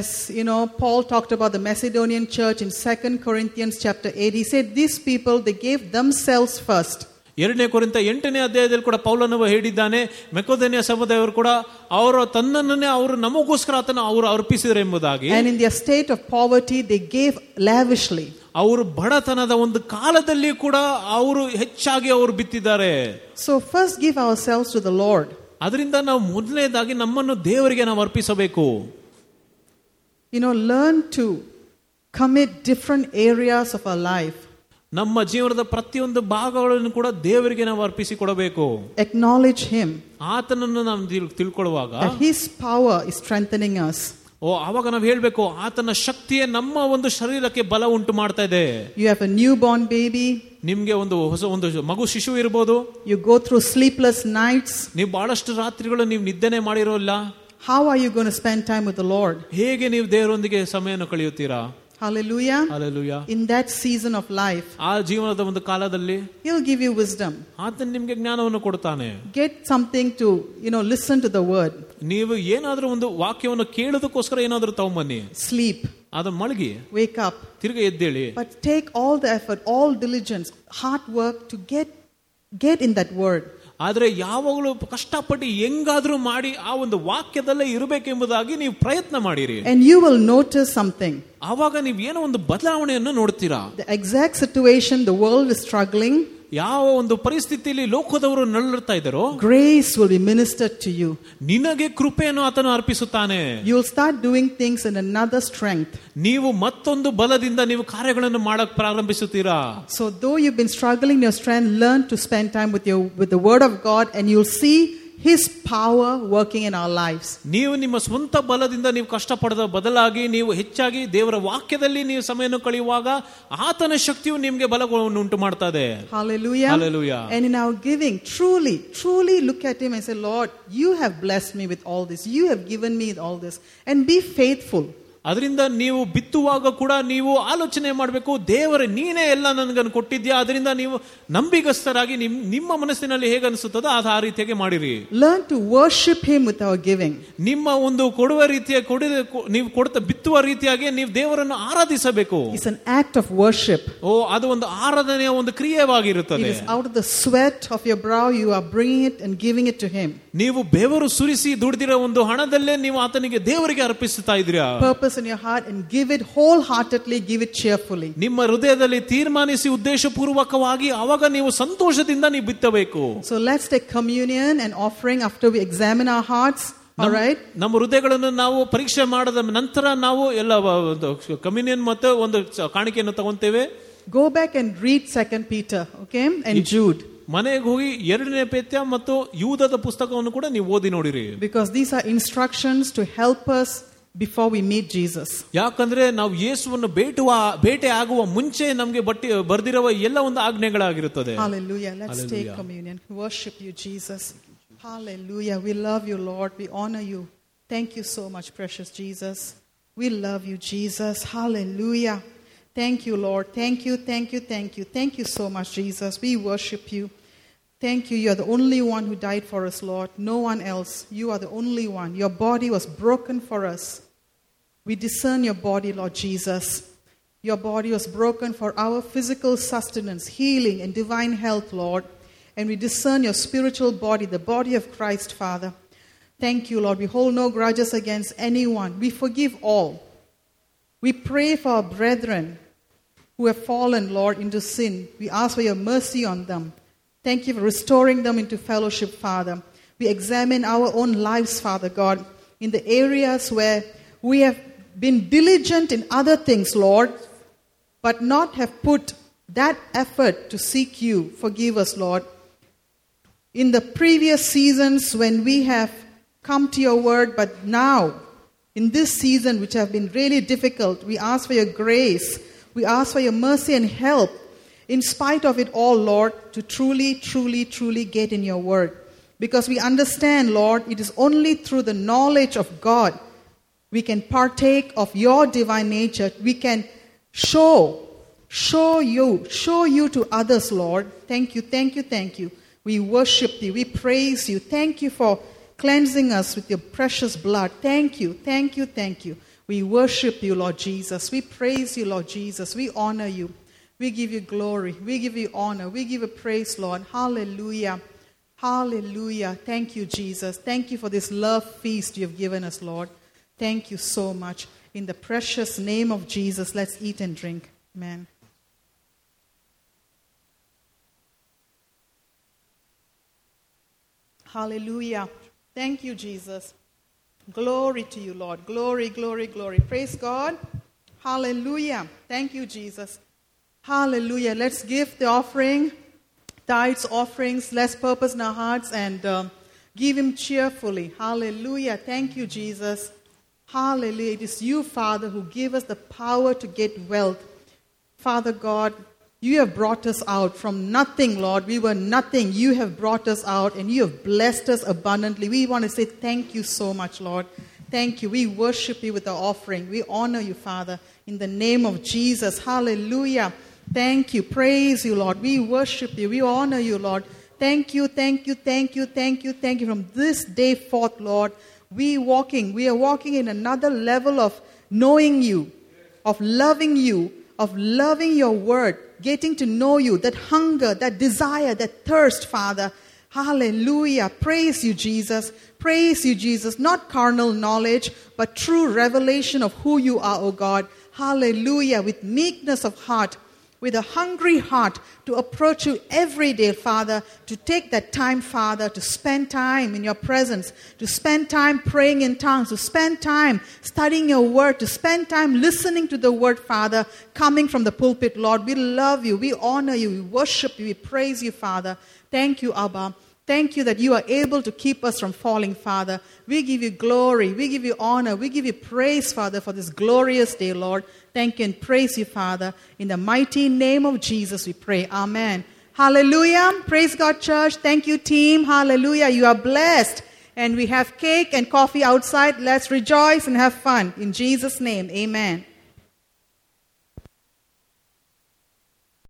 A: As you know, Paul talked about the Macedonian church in 2 Corinthians chapter 8. He said, These people, they gave themselves first.
B: ಎರಡನೇ ಕುರಿತ ಎಂಟನೇ ಅಧ್ಯಾಯದಲ್ಲಿ ಕೂಡ ಪೌಲನವ ಹೇಳಿದ್ದಾನೆ ಮೆಕೋದನಿಯ ಸಮುದಾಯವರು ಕೂಡ ಅವರು ತನ್ನನ್ನೇ ಅವರು ನಮಗೋಸ್ಕರ ಆತನ ಅವರು ಅರ್ಪಿಸಿದರು ಎಂಬುದಾಗಿ
A: And in their state of poverty, they gave lavishly.
B: ಅವರು ಬಡತನದ ಒಂದು ಕಾಲದಲ್ಲಿ ಕೂಡ ಅವರು ಹೆಚ್ಚಾಗಿ ಅವರು ಬಿತ್ತಿದ್ದಾರೆ
A: So, first give ourselves to the Lord.
B: ಅದರಿಂದ ನಾವು ಮೊದಲನೇದಾಗಿ ನಮ್ಮನ್ನು ದೇವರಿಗೆ ನಾವು ಅರ್ಪಿಸಬೇಕು
A: You know, learn to commit different areas of our life.
B: ನಮ್ಮ ಜೀವನದ ಪ್ರತಿಯೊಂದು ಭಾಗಗಳನ್ನು ಕೂಡ ದೇವರಿಗೆ ನಾವು ಅರ್ಪಿಸಿಕೊಡಬೇಕು
A: Acknowledge Him
B: ಆತನನ್ನು ನಾವು ತಿಳ್- ತಿಳ್ಕೊಳ್ಳುವಾಗ
A: that His power is strengthening us.
B: ಓ ಆವಾಗ ನಾವು ಹೇಳ್ಬೇಕು ಆತನ ಶಕ್ತಿಯೇ ನಮ್ಮ ಒಂದು ಶರೀರಕ್ಕೆ ಬಲ ಉಂಟು ಮಾಡ್ತಾ ಇದೆ
A: You have a newborn baby,
B: ನಿಮ್ಗೆ ಒಂದು ಹೊಸ ಒಂದು ಮಗು ಶಿಶು ಇರ್ಬೋದು
A: you go through sleepless nights.
B: ನೀವು ಬಹಳಷ್ಟು ರಾತ್ರಿಗಳು ನೀವು ನಿದ್ದೆನೆ ಮಾಡಿರೋಲ್ಲ
A: How are you going to spend time with the Lord?
B: ಹೇಗೆ ನೀವು ದೇವರೊಂದಿಗೆ ಸಮಯವನ್ನು ಕಳೆಯುತ್ತೀರಾ
A: Hallelujah.
B: Alleluia
A: In that season of life,
B: ಆ ಜೀವನದ ಒಂದು ಕಾಲದಲ್ಲಿ
A: He'll give you wisdom.
B: ಆತನು ನಿಮ್ಗೆ ಜ್ಞಾನವನ್ನು ಕೊಡ್ತಾನೆ
A: Get something to, you know, listen to the word.
B: ನೀವು ಏನಾದ್ರೂ ಒಂದು ವಾಕ್ಯವನ್ನು ಕೇಳೋದಕ್ಕೋಸ್ಕರ ಏನಾದ್ರೂ ತಗೊಂಬನ್ನಿ
A: Sleep,
B: ಅದನ್ನ ಮಲಗಿ
A: wake up.
B: ತಿರ್ಗ ಎದ್ದೇಳಿ
A: But take all the effort, all diligence, hard work to get, get in that word.
B: ಆದ್ರೆ ಯಾವಾಗಲೂ ಕಷ್ಟಪಟ್ಟು ಹೆಂಗಾದ್ರೂ ಮಾಡಿ ಆ ಒಂದು ವಾಕ್ಯದಲ್ಲೇ ಇರಬೇಕೆಂಬುದಾಗಿ ನೀವು ಪ್ರಯತ್ನ ಮಾಡಿರಿ
A: And you will notice something.
B: ಆವಾಗ ನೀವು ಏನೋ ಒಂದು ಬದಲಾವಣೆಯನ್ನು ನೋಡ್ತೀರಾ
A: The exact situation the world is struggling,
B: ಯಾವ ಒಂದು ಪರಿಸ್ಥಿತಿಯಲ್ಲಿ ಲೋಕದವರು ನರಳುತ್ತಾ ಇದ್ದಾರೋ
A: grace will be ministered to you.
B: ನಿನಗೆ ಕೃಪೆಯನ್ನು ಆತನು ಅರ್ಪಿಸುತ್ತಾನೆ
A: You'll start doing things in another strength.
B: ನೀವು ಮತ್ತೊಂದು ಬಲದಿಂದ ನೀವು ಕಾರ್ಯಗಳನ್ನು ಮಾಡಕ್ ಪ್ರಾರಂಭಿಸುತ್ತೀರಾ
A: So though you've been struggling in your strength, learn to spend time with your with the word of God and you'll see his power working in our lives.
B: ನೀವು ನಿಮ್ಮ ಸ್ವಂತ ಬಲದಿಂದ ನೀವು ಕಷ್ಟಪಡದ ಬದಲಾಗಿ ನೀವು ಹೆಚ್ಚಾಗಿ ದೇವರ ವಾಕ್ಯದಲ್ಲಿ ನೀವು ಸಮಯವನ್ನು ಕಳೆಯುವಾಗ ಆತನ ಶಕ್ತಿಯು ನಿಮಗೆ ಬಲವನ್ನು ಉಂಟು ಮಾಡ್ತದೆ
A: Hallelujah.
B: Hallelujah.
A: And in our giving, truly, truly look at him and say, Lord, you have blessed me with all this. You have given me all this. And be faithful.
B: ಅದರಿಂದ ನೀವು ಬಿತ್ತುವಾಗ ಕೂಡ ನೀವು ಆಲೋಚನೆ ಮಾಡಬೇಕು ದೇವರ ನೀನೇ ಎಲ್ಲ ನನಗನ್ನು ಕೊಟ್ಟಿದ್ಯಾ ಅದರಿಂದ ನೀವು ನಂಬಿಗಸ್ತರಾಗಿ ನಿಮ್ ನಿಮ್ಮ ಮನಸ್ಸಿನಲ್ಲಿ ಹೇಗೆ ಅನಿಸುತ್ತದೋ ಅದು ಆ ರೀತಿಯಾಗಿ ಮಾಡಿರಿ
A: Learn to worship him with our giving.
B: ನಿಮ್ಮ ಒಂದು ಕೊಡುವ ರೀತಿಯ ಕೊಡಿ ನೀವು ಕೊಡ್ತ ಬಿತ್ತುವ ರೀತಿಯಾಗಿ ನೀವು ದೇವರನ್ನು ಆರಾಧಿಸಬೇಕು
A: It's an act of worship.
B: ಓ ಅದು ಒಂದು ಆರಾಧನೆಯ ಒಂದು
A: It
B: ಕ್ರಿಯೆವಾಗಿರುತ್ತದೆ
A: is out of the sweat of your brow, you are bringing it and giving it to Him.
B: ನೀವು ಬೆವರು ಸುರಿಸಿ ದುಡಿದಿರೋ ಒಂದು ಹಣದಲ್ಲೇ ನೀವು ಆತನಿಗೆ ದೇವರಿಗೆ ಅರ್ಪಿಸುತ್ತಾ ಇದ್ದೀರಾ
A: Purpose in your heart and give it wholeheartedly, give it cheerfully.
B: ನಿಮ್ಮ ಹೃದಯದಲ್ಲಿ ತೀರ್ಮಾನಿಸಿ ಉದ್ದೇಶಪೂರ್ವಕವಾಗಿ ಅವಾಗ ನೀವು ಸಂತೋಷದಿಂದ ನೀವು ಬಿತ್ತಬೇಕು
A: So let's take communion and offering after we examine our hearts. All right?
B: ನಮ್ಮ ಹೃದಯಗಳನ್ನು ನಾವು ಪರೀಕ್ಷೆ ಮಾಡದ ನಂತರ ನಾವು ಎಲ್ಲ ಕಮ್ಯುನಿಯನ್ ಮತ್ತು ಒಂದು ಚ- ಕಾಣಿಕೆಯನ್ನು ತಗೊಂತೇವೆ
A: Go back and read 2 Peter, okay? And Jude.
B: ಮನೆಗೆ ಹೋಗಿ ಎರಡನೇ ಪೇತ್ಯ ಮತ್ತು ಯೂದದ ಪುಸ್ತಕವನ್ನು ಕೂಡ ನೀವು ಓದಿ ನೋಡಿರಿ
A: Because these are instructions to help us before we meet Jesus.
B: ಯಾಕಂದ್ರೆ ನಾವು ಯೇಸುವನ್ನು ಬೇಟುವ ಬೇಟೆ ಆಗುವ ಮುಂಚೆ ನಮಗೆ ಬಟ್ಟಿ ಬರ್ದಿರುವ ಎಲ್ಲ ಒಂದು ಆಜ್ಞೆಗಳಾಗಿರುತ್ತದೆ
A: Hallelujah. Let's
B: Hallelujah.
A: take communion. Worship you, Jesus. Hallelujah. We love you, Lord. We honor you. Thank you so much, precious Jesus. We love you, Jesus. Hallelujah. Thank you, Lord. Thank you, thank you, thank you. Thank you so much, Jesus. We worship you. Thank you. You are the only one who died for us, Lord. No one else. You are the only one. Your body was broken for us. We discern your body, Lord Jesus. Your body was broken for our physical sustenance, healing, and divine health, Lord. And we discern your spiritual body, the body of Christ, Father. Thank you, Lord. We hold no grudges against anyone. We forgive all. We pray for our brethren who have fallen, Lord, into sin. We ask for your mercy on them. Thank you for restoring them into fellowship, Father. We examine our own lives, Father God, in the areas where we have been diligent in other things, Lord, but not have put that effort to seek you, forgive us, Lord. In the previous seasons when we have come to your word, but now, in this season which have been really difficult, we ask for your grace. We ask for your mercy and help. In spite of it all, Lord, to truly, truly, truly get in your word. Because we understand, Lord, it is only through the knowledge of God we can partake of your divine nature. We can show, show you, show you to others, Lord. Thank you, thank you, thank you. We worship thee, we praise you. Thank you for cleansing us with your precious blood. Thank you, thank you, thank you. We worship you, Lord Jesus. We praise you, Lord Jesus. We honor you. We give you glory. We give you honor. We give you praise, Lord. Hallelujah. Hallelujah. Thank you, Jesus. Thank you for this love feast you've given us, Lord. Thank you so much. In the precious name of Jesus, let's eat and drink. Amen. Hallelujah. Thank you, Jesus. Glory to you, Lord. Glory, glory, glory. Praise God. Hallelujah. Thank you, Jesus. Hallelujah. Let's give the offering, tithes, offerings. Let's purpose in our hearts and um, give Him cheerfully. Hallelujah. Thank you, Jesus. Hallelujah. It is you, Father, who give us the power to get wealth. Father God, you have brought us out from nothing, Lord. We were nothing. You have brought us out and you have blessed us abundantly. We want to say thank you so much, Lord. Thank you. We worship you with our offering. We honor you, Father, in the name of Jesus. Hallelujah. Thank you. Praise you, Lord. We worship you. We honor you, Lord. Thank you, thank you, thank you, thank you, thank you. From this day forth, Lord, we walking, we are walking in another level of knowing you of loving you, of loving your word, getting to know you, that hunger, that desire, that thirst, Father. Hallelujah. Praise you, Jesus. Praise you, Jesus. Not carnal knowledge, but true revelation of who you are, O God. Hallelujah. With meekness of heart, with a hungry heart to approach you every day, Father, to take that time, Father, to spend time in your presence, to spend time praying in tongues, to spend time studying your word, to spend time listening to the word, Father, coming from the pulpit, Lord. We love you, we honor you, we worship you, we praise you, Father. Thank you, Abba. Thank you that you are able to keep us from falling, Father. We give you glory. We give you honor. We give you praise, Father, for this glorious day, Lord. Thank you and praise you, Father. In the mighty name of Jesus, we pray. Amen. Hallelujah. Praise God, church. Thank you, team. Hallelujah. You are blessed. And we have cake and coffee outside. Let's rejoice and have fun. In Jesus' name, amen.